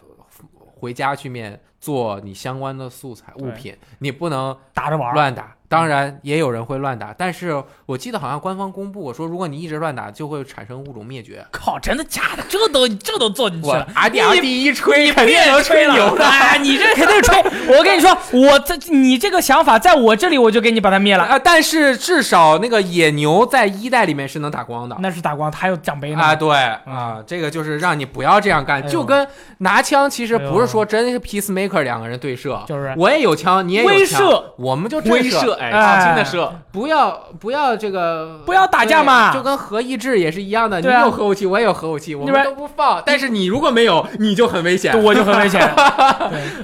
S1: 回家去面做你相关的素材
S2: 对
S1: 物品，你不能
S2: 打着玩儿，
S1: 乱打。当然也有人会乱打，但是我记得好像官方公布过说，如果你一直乱打，就会产生物种灭绝。
S2: 靠，真的假的？这都这都做进去
S1: 我
S2: 了。
S1: R D R D 一吹肯定能吹牛的。
S2: 哎，你 这肯定吹！我跟你说，我这你这个想法，在我这里我就给你把它灭 了。
S1: 啊，但是至少那个野牛在一代里面是能打光的
S2: 那是打光，他还有奖杯呢。嗯
S1: 啊，对啊，这个就是让你不要这样
S2: 哎
S1: 干，
S2: 呦
S1: 就跟拿枪其实
S2: 哎呦
S1: 不是说真是 peacemaker 两个人对射，啊
S2: 就是
S1: 我也有枪，你也
S2: 威
S1: 有枪
S2: 慑，
S1: 我们就震
S3: 威慑，哎，
S2: 哎
S3: 轻轻的射，
S1: 不要不要这个，
S2: 不要打架嘛
S1: 对就跟核意志也是一样的，你
S2: 对啊
S1: 有核武器，我也有核武器，我
S2: 你把
S1: 们都不放。但是你如果没有，你就很危险
S2: 对。我就很 危险。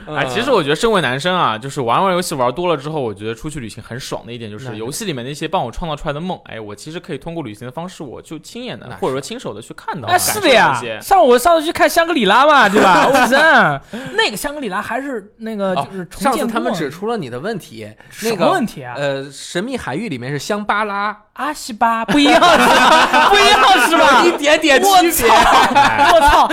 S1: 嗯
S3: 哎，其实我觉得身为男生啊，就是玩玩游戏玩多了之后，我觉得出去旅行很爽的一点就
S1: 那
S3: 是
S1: 是
S3: 游戏里面那些帮我创造出来的梦，哎，我其实可以通过旅行的方式，我就亲眼的
S1: 那是
S3: 或者说亲手的去看到，
S2: 哎，
S3: 感
S2: 是
S3: 受
S2: 的
S3: 这
S2: 呀
S3: 些，
S2: 上我上次去看香格里拉嘛，对吧？我真那个香格里拉还是那个
S1: 哦
S2: 就是重
S1: 上次
S2: 建
S1: 他们
S2: 过
S1: 指出了你的问题，那
S2: 什么
S1: 个
S2: 问题啊？
S1: 呃，神秘海域里面是香巴拉，
S2: 阿西巴不一样 是吧？不一样是吧？
S1: 一点点区
S2: 我
S1: 别。
S3: 哎
S2: 我 操！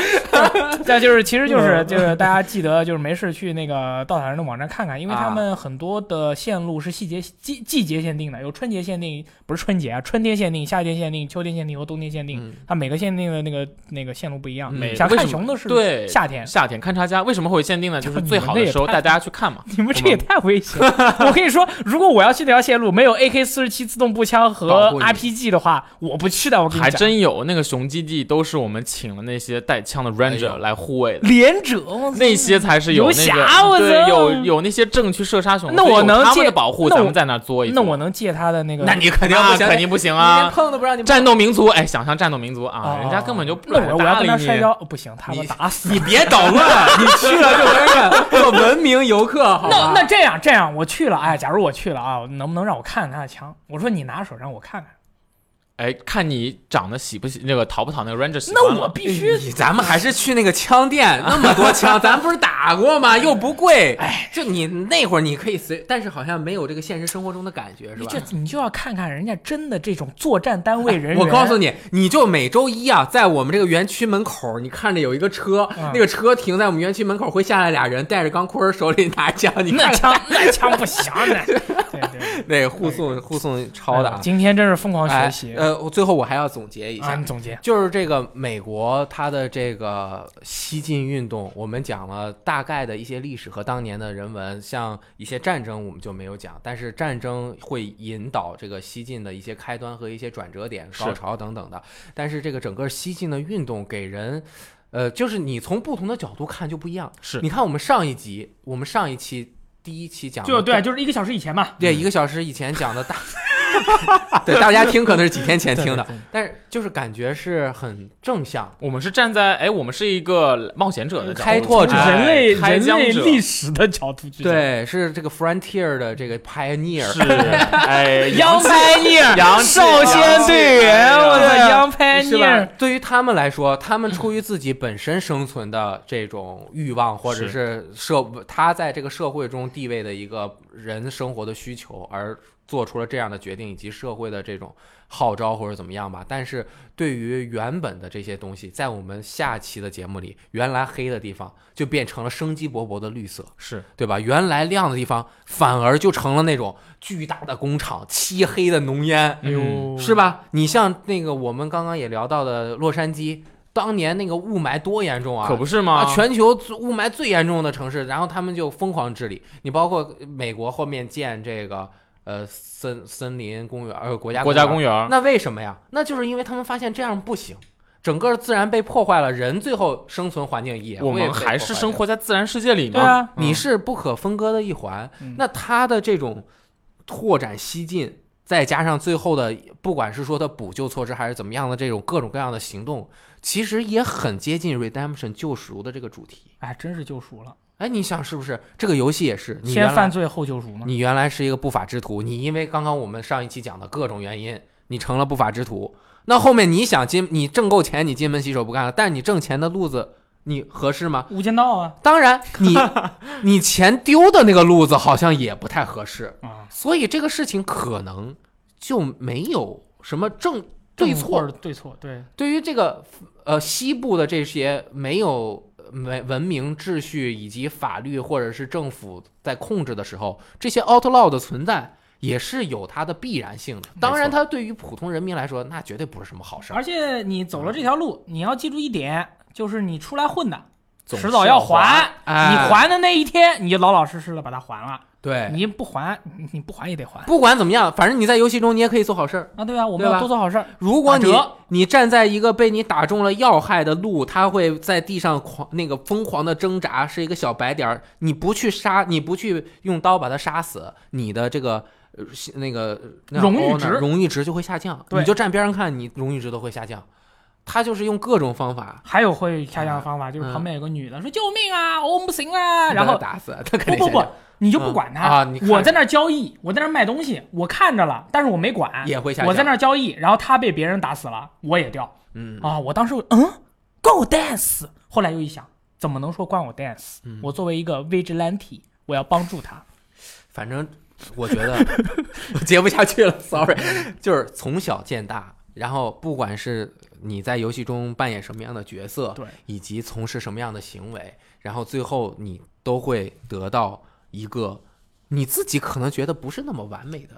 S2: 这就是，其实
S3: 嗯
S2: 就是就是大家记得就是没事去那个稻草人的网站看看，因为他
S3: 啊
S2: 们很多的线路是细节季季节限定的，有春节限定，不是春节啊，春天限定、夏天限定、秋天限定和冬天限定
S1: 嗯，
S2: 它每个限定的那个那个线路不一样。
S3: 美
S2: 想
S3: 嗯为什
S2: 看
S3: 么
S2: 熊的是
S3: 对
S2: 夏天，
S3: 夏天看差价为什么会有限定呢？就是
S2: 你
S3: 最
S2: 们
S3: 好
S2: 那
S3: 的
S2: 也
S3: 时候
S2: 太
S3: 带大家去看嘛。
S2: 你们这也太危险了！我跟你说，如果我要去那条线路没有 AK 四十七自动步枪和
S1: 保护你
S2: RPG 的话，我不去的。我跟你
S3: 还
S2: 讲，
S3: 真有那个熊基地，都是我们请了那些带枪的
S1: 哎
S3: ranger
S1: 呦
S3: 来护卫的，
S2: 连者，我操
S3: 那些才是有
S2: 游
S3: 那
S2: 侠啊我
S3: 个对
S2: 操
S3: 有有那些证去射杀熊的，
S2: 那
S3: 所以
S2: 我
S3: 有
S2: 能
S3: 他们
S2: 借
S3: 的保护，
S2: 那
S3: 咱
S2: 我
S3: 们在那儿作一
S2: 那
S3: 作
S2: 我能借他的那个？
S1: 那你肯定
S3: 那
S1: 不行，
S3: 肯定不行
S1: 你连
S3: 啊！
S1: 碰都不让你碰
S3: 战斗民族，哎，想象战斗民族
S2: 啊
S3: 啊，人家根本就不
S2: 那我我要
S3: 搭
S2: 跟
S3: 理
S2: 他摔跤，
S3: 你。
S2: 哦不行，他把
S1: 你
S2: 我打死。
S1: 你别捣乱，你去了就跟着做文明游客，好
S2: 那
S1: 吧？
S2: 那这样这样，我去了，哎，假如我去了啊，能不能让我看看他的枪？我说你拿手让我看看，
S3: 哎，看你长得喜不喜，那个讨不讨那个 ranger 喜欢
S2: 那
S3: 了
S2: 我必须
S1: 你咱们还是去那个枪 店，那么多枪，咱不是打过吗？又不贵，哎，就你那会儿你可以随，但是好像没有这个现实生活中的感觉，是
S2: 你
S1: 吧哎
S2: 这？你就要看看人家真的这种作战单位人员。
S1: 我告诉你，你就每周一啊，在我们这个园区门口，你看着有一个车，
S2: 嗯
S1: 那个车停在我们园区门口，会下来俩人带着钢盔，手里拿枪，你
S2: 那
S1: 看
S2: 枪那枪不行，啊那对对，
S1: 那护送护送超的
S2: 哎
S1: 啊，
S2: 今天真是疯狂学习
S1: 哎呃，我最后我还要总结一
S2: 啊！
S1: 下
S2: 你，总结，
S1: 就是这个美国它的这个西进运动，我们讲了大概的一些历史和当年的人文，像一些战争我们就没有讲，但是战争会引导这个西进的一些开端和一些转折点、
S3: 是
S1: 高潮等等的。但是这个整个西进的运动给人。呃，就是你从不同的角度看就不一样。
S3: 是
S1: 你看我们上一集，我们上一期第一期讲的
S2: 就对，啊就是一个小时以前嘛。
S1: 对，一个小时以前讲的大，对，大家听可能是几天前听的
S2: 对对，
S1: 但是就是感觉是很正向。
S3: 我们是站在哎，我们是一个冒险
S2: 嗯
S3: 者的角度
S1: 开拓者
S3: 哎
S2: 人类
S3: 开
S2: 人
S3: 疆
S2: 类
S3: 者
S2: 历史的角度去讲，
S1: 对，是这个 frontier 的这个 pioneer，
S3: 是哎，
S2: 杨拍逆
S3: 杨志
S2: 少
S3: 啊
S2: 先
S3: 哎
S2: 队员，
S3: 杨志
S2: 我的
S1: 对呀
S2: 杨拍
S1: 是
S2: 逆，
S1: 吧？对于他们来说，他们出于自己本身生存的这种欲望，或者是社他在这个社会中地位的一个人生活的需求，而做出了这样的决定，以及社会的这种号召或者怎么样吧。但是对于原本的这些东西，在我们下期的节目里，原来黑的地方就变成了生机勃勃的绿色。
S3: 是
S1: 对吧？原来亮的地方反而就成了那种巨大的工厂、漆黑的浓烟，
S2: 哎呦，
S1: 嗯是？吧？你像那个我们刚刚也聊到的洛杉矶，当年那个雾霾多严重啊！
S3: 可不是吗？
S1: 啊，全球最雾霾最严重的城市，然后他们就疯狂治理。你包括美国后面建这个呃森森林公园，呃国家
S3: 国家公
S1: 园，
S3: 园儿，
S1: 那为什么呀？那就是因为他们发现这样不行。整个自然被破坏了，人最后生存环境也会
S3: 我们
S1: 被
S3: 还
S1: 破
S3: 是
S1: 坏
S3: 生
S1: 掉
S3: 活在自然世界里
S2: 对
S3: 嘛。
S2: 啊，
S1: 你是不可分割的一环。
S2: 嗯
S1: 那它的这种拓展西进，再加上最后的不管是说的补救措施还是怎么样的这种各种各样的行动，其实也很接近 redemption 救赎的这个主题。
S2: 哎，真是救赎了，
S1: 哎，你想是不是这个游戏也是？你
S2: 先
S1: 原
S2: 犯
S1: 来
S2: 罪后救赎嘛。
S1: 你原来是一个不法之徒，你因为刚刚我们上一期讲的各种原因，你成了不法之徒。那后面你想金，你挣够钱，你金盆洗手不干了，但是你挣钱的路子，你合适吗？
S2: 无间道啊
S1: 当 然，你你钱丢的那个路子好像也不太合适，
S2: 啊，
S1: 所以这个事情可能就没有什么正对
S2: 嗯或
S1: 错。
S2: 者对错，对，
S1: 对于这个呃西部的这些没有文文明秩序以及法律或者是政府在控制的时候，这些 outlaw 的存在也是有它的必然性的。当然，它对于普通人民来说，那绝对不是什么好事儿。
S2: 而且你走了这条路，你要记住一点，就是你出来混的，
S3: 总
S2: 迟
S3: 是
S2: 早
S3: 要
S2: 还。
S1: 哎哎
S2: 你还的那一天，你就老老实实的把它还了。
S1: 对，
S2: 你不还，你你不还也得还
S1: 不管怎么样，反正你在游戏中你也可以做好事儿。
S2: 啊，对吧？我们
S1: 对吧
S2: 要多做好事儿。
S1: 如果你
S2: 打折
S1: 你站在一个被你打中了要害的鹿，它会在地上狂那个疯狂的挣扎，是一个小白点儿。你不去杀，你不去用刀把它杀死，你的这个呃是那个那叫
S2: 荣誉
S1: honor，
S2: 值
S1: 荣誉值就会下降。
S2: 对
S1: 你就站边上看，你荣誉值都会下降。他就是用各种方法
S2: 还有会下
S1: 嗯
S2: 降的方法，就是旁边有个女的说：“救命啊，我们不行啊！”然
S1: 把它
S2: 后
S1: 打死他，肯
S2: 不
S1: 定
S2: 不不
S1: 下降，
S2: 你就不管他
S1: 嗯啊你看着
S2: 我在那儿交易，我在那儿卖东西，我看着了，但是我没管，
S1: 也会下降
S2: 我在那儿交易，然后他被别人打死了，我也掉
S1: 嗯
S2: 啊！我当时嗯，Go dance，后来又一想，怎么能说关我 dance？我
S1: 嗯
S2: 作为一个 vigilante，我要帮助
S1: 啊
S2: 他。
S1: 反正我觉得接不下去了，sorry，就是从小见大，然后不管是你在游戏中扮演什么样的角色，
S2: 对，
S1: 以及从事什么样的行为，然后最后你都会得到一个你自己可能觉得不是那么完美的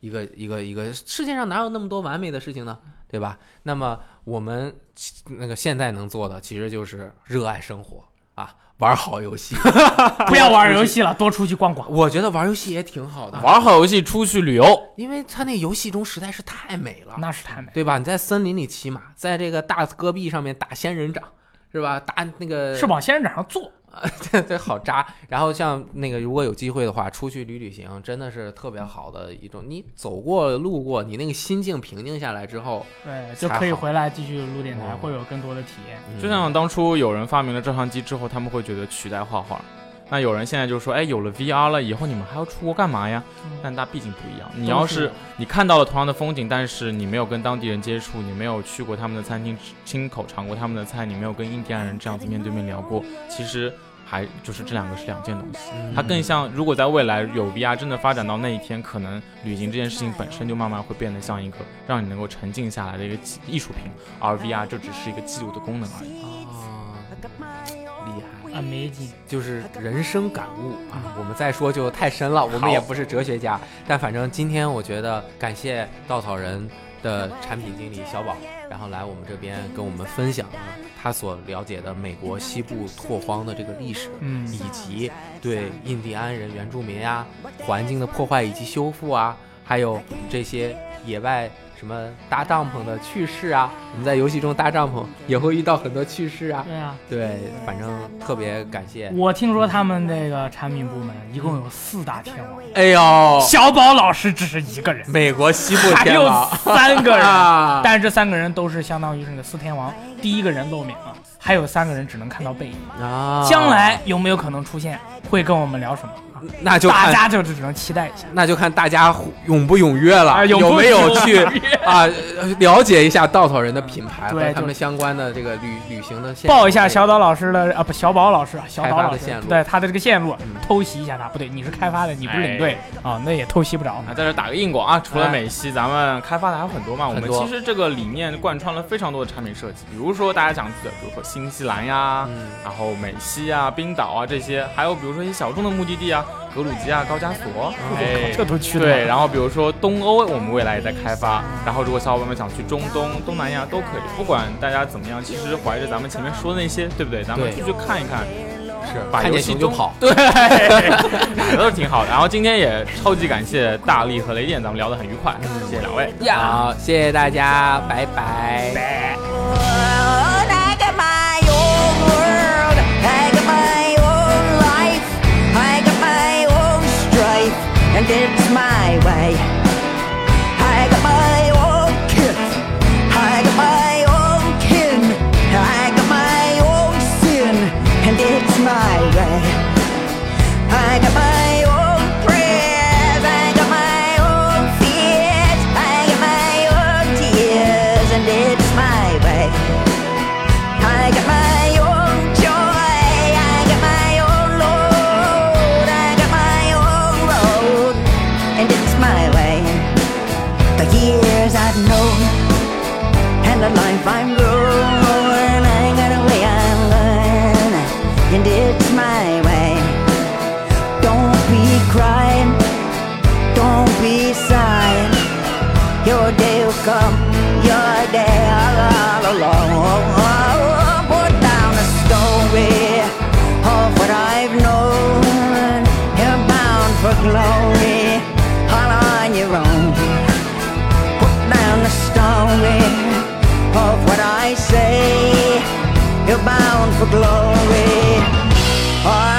S1: 一个一个一个世界上哪有那么多完美的事情呢？对吧？那么我们其那个现在能做的其实就是热爱生活啊，玩好游戏。
S2: 不要玩游戏了，多出去逛逛。
S1: 我觉得玩游戏也挺好的，
S3: 玩好游戏，出去旅游，
S1: 因为它那游戏中实在是太美了，
S2: 那是太美，
S1: 对吧？你在森林里骑马，在这个大戈壁上面打仙人掌，是吧？打那个
S2: 是往仙人掌上坐，
S1: 这这好扎。然后像那个，如果有机会的话，出去旅旅行，真的是特别好的一种。你走过路过，你那个心境平静下来之后，
S2: 对，就可以
S1: 才好
S2: 回来继续录电台，
S1: 嗯
S2: 会有更多的体验。
S1: 嗯
S3: 就像当初有人发明了照相机之后，他们会觉得取代画画。那有人现在就说，哎，有了 VR 了，以后你们还要出国干嘛呀？
S2: 嗯
S3: 但那毕竟不一样。你要是你看到了同样的风景，但是你没有跟当地人接触，你没有去过他们的餐厅吃亲口尝过他们的菜，你没有跟印第安人这样子面对面聊过，其实还就是这两个是两件东西。它
S1: 嗯
S3: 更像，如果在未来有 VR 真的发展到那一天，可能旅行这件事情本身就慢慢会变得像一个让你能够沉静下来的一个技艺术品，而 VR 就只是一个记录的功能而已。
S1: 啊，厉害，
S2: Amazing，
S1: 就是人生感悟啊。我们再说就太深了，我们也不是哲学家，但反正今天我觉得感谢稻草人的产品经理小宝，然后来我们这边跟我们分享了他所了解的美国西部拓荒的这个历史。
S2: 嗯，
S1: 以及对印第安人、原住民啊、环境的破坏以及修复啊，还有这些野外什么搭帐篷的趣事啊。我们在游戏中搭帐篷也会遇到很多趣事啊。
S2: 对啊。
S1: 对，反正特别感谢。
S2: 我听说他们那个产品部门一共有四大天王，
S1: 哎呦，
S2: 小宝老师只是一个人，
S1: 美国西部
S2: 还
S1: 天
S2: 有
S1: 王，
S2: 三个 人，
S1: 啊
S2: 但是这三个人都是相当于是那个四天王，第一个人露面了，还有三个人只能看到背影。
S1: 啊
S2: 将来有没有可能出现？会跟我们聊什么？啊
S1: 那就
S2: 大
S1: 看。
S2: 家就只能期待一下。
S1: 那就看大家踊不踊跃了，
S2: 啊踊
S1: 有
S2: 不
S1: 没有
S2: 踊
S1: 去啊呃了解一下稻草人的品牌和
S2: 对
S1: 他们
S2: 就
S1: 相关的这个旅旅行的线索
S2: 报一下
S1: 这个
S2: 小岛老师的啊，不，小宝老师，小
S1: 开
S2: 岛
S1: 发
S2: 老
S1: 的
S2: 师
S1: 线路嗯
S2: 对他的这个线路，偷袭一下他。不对，你是开发的，你不是领队
S1: 哎
S2: 啊，那也偷袭不着。
S3: 啊，在这打个硬广啊！除了美西，咱们开发的还有很多嘛。我
S1: 很
S3: 们
S1: 多
S3: 其实这个理念贯穿了非常多的产品设计，比如说大家讲的，比如说新西兰呀，
S1: 嗯
S3: 然后美西啊、冰岛啊这些，还有比如说一些小众的目的地啊，格鲁吉亚、高加索，
S1: 嗯
S3: 哎，
S2: 这都去得了
S3: 对。然后比如说东欧，我们未来也在开发。然后如果小伙伴们想去中东、东南亚都可以，不管大家怎么样，其实怀着咱们前面说的那些，对不对？咱们
S1: 对
S3: 出去看一看，
S1: 是
S3: 把
S1: 看
S3: 游
S1: 见
S3: 戏
S1: 熊就
S3: 中
S1: 跑。
S3: 对，哪个都挺好的。然后今天也超级感谢大力和雷电，咱们聊得很愉快，谢谢两位。
S1: 好，谢谢大家，拜拜。
S6: I got my own world, I got my own life, I got my own strife, and it's my way. I got my own kids, I got my own kin, I got my own sin, and it's my way. I got my own prayers, I got my own fears, I got my own tears, and it's my way. I got my own joy, I got my own load, I got my own road, and it's my way. The years I've known, and the life I'm grown, I got a way I learn, and it's my way. Don't be crying, don't be your day will come, your day all alone. Put down a story of what I've known. You're bound for glory, all on your own. Put down the story of what I say. You're bound for glory. All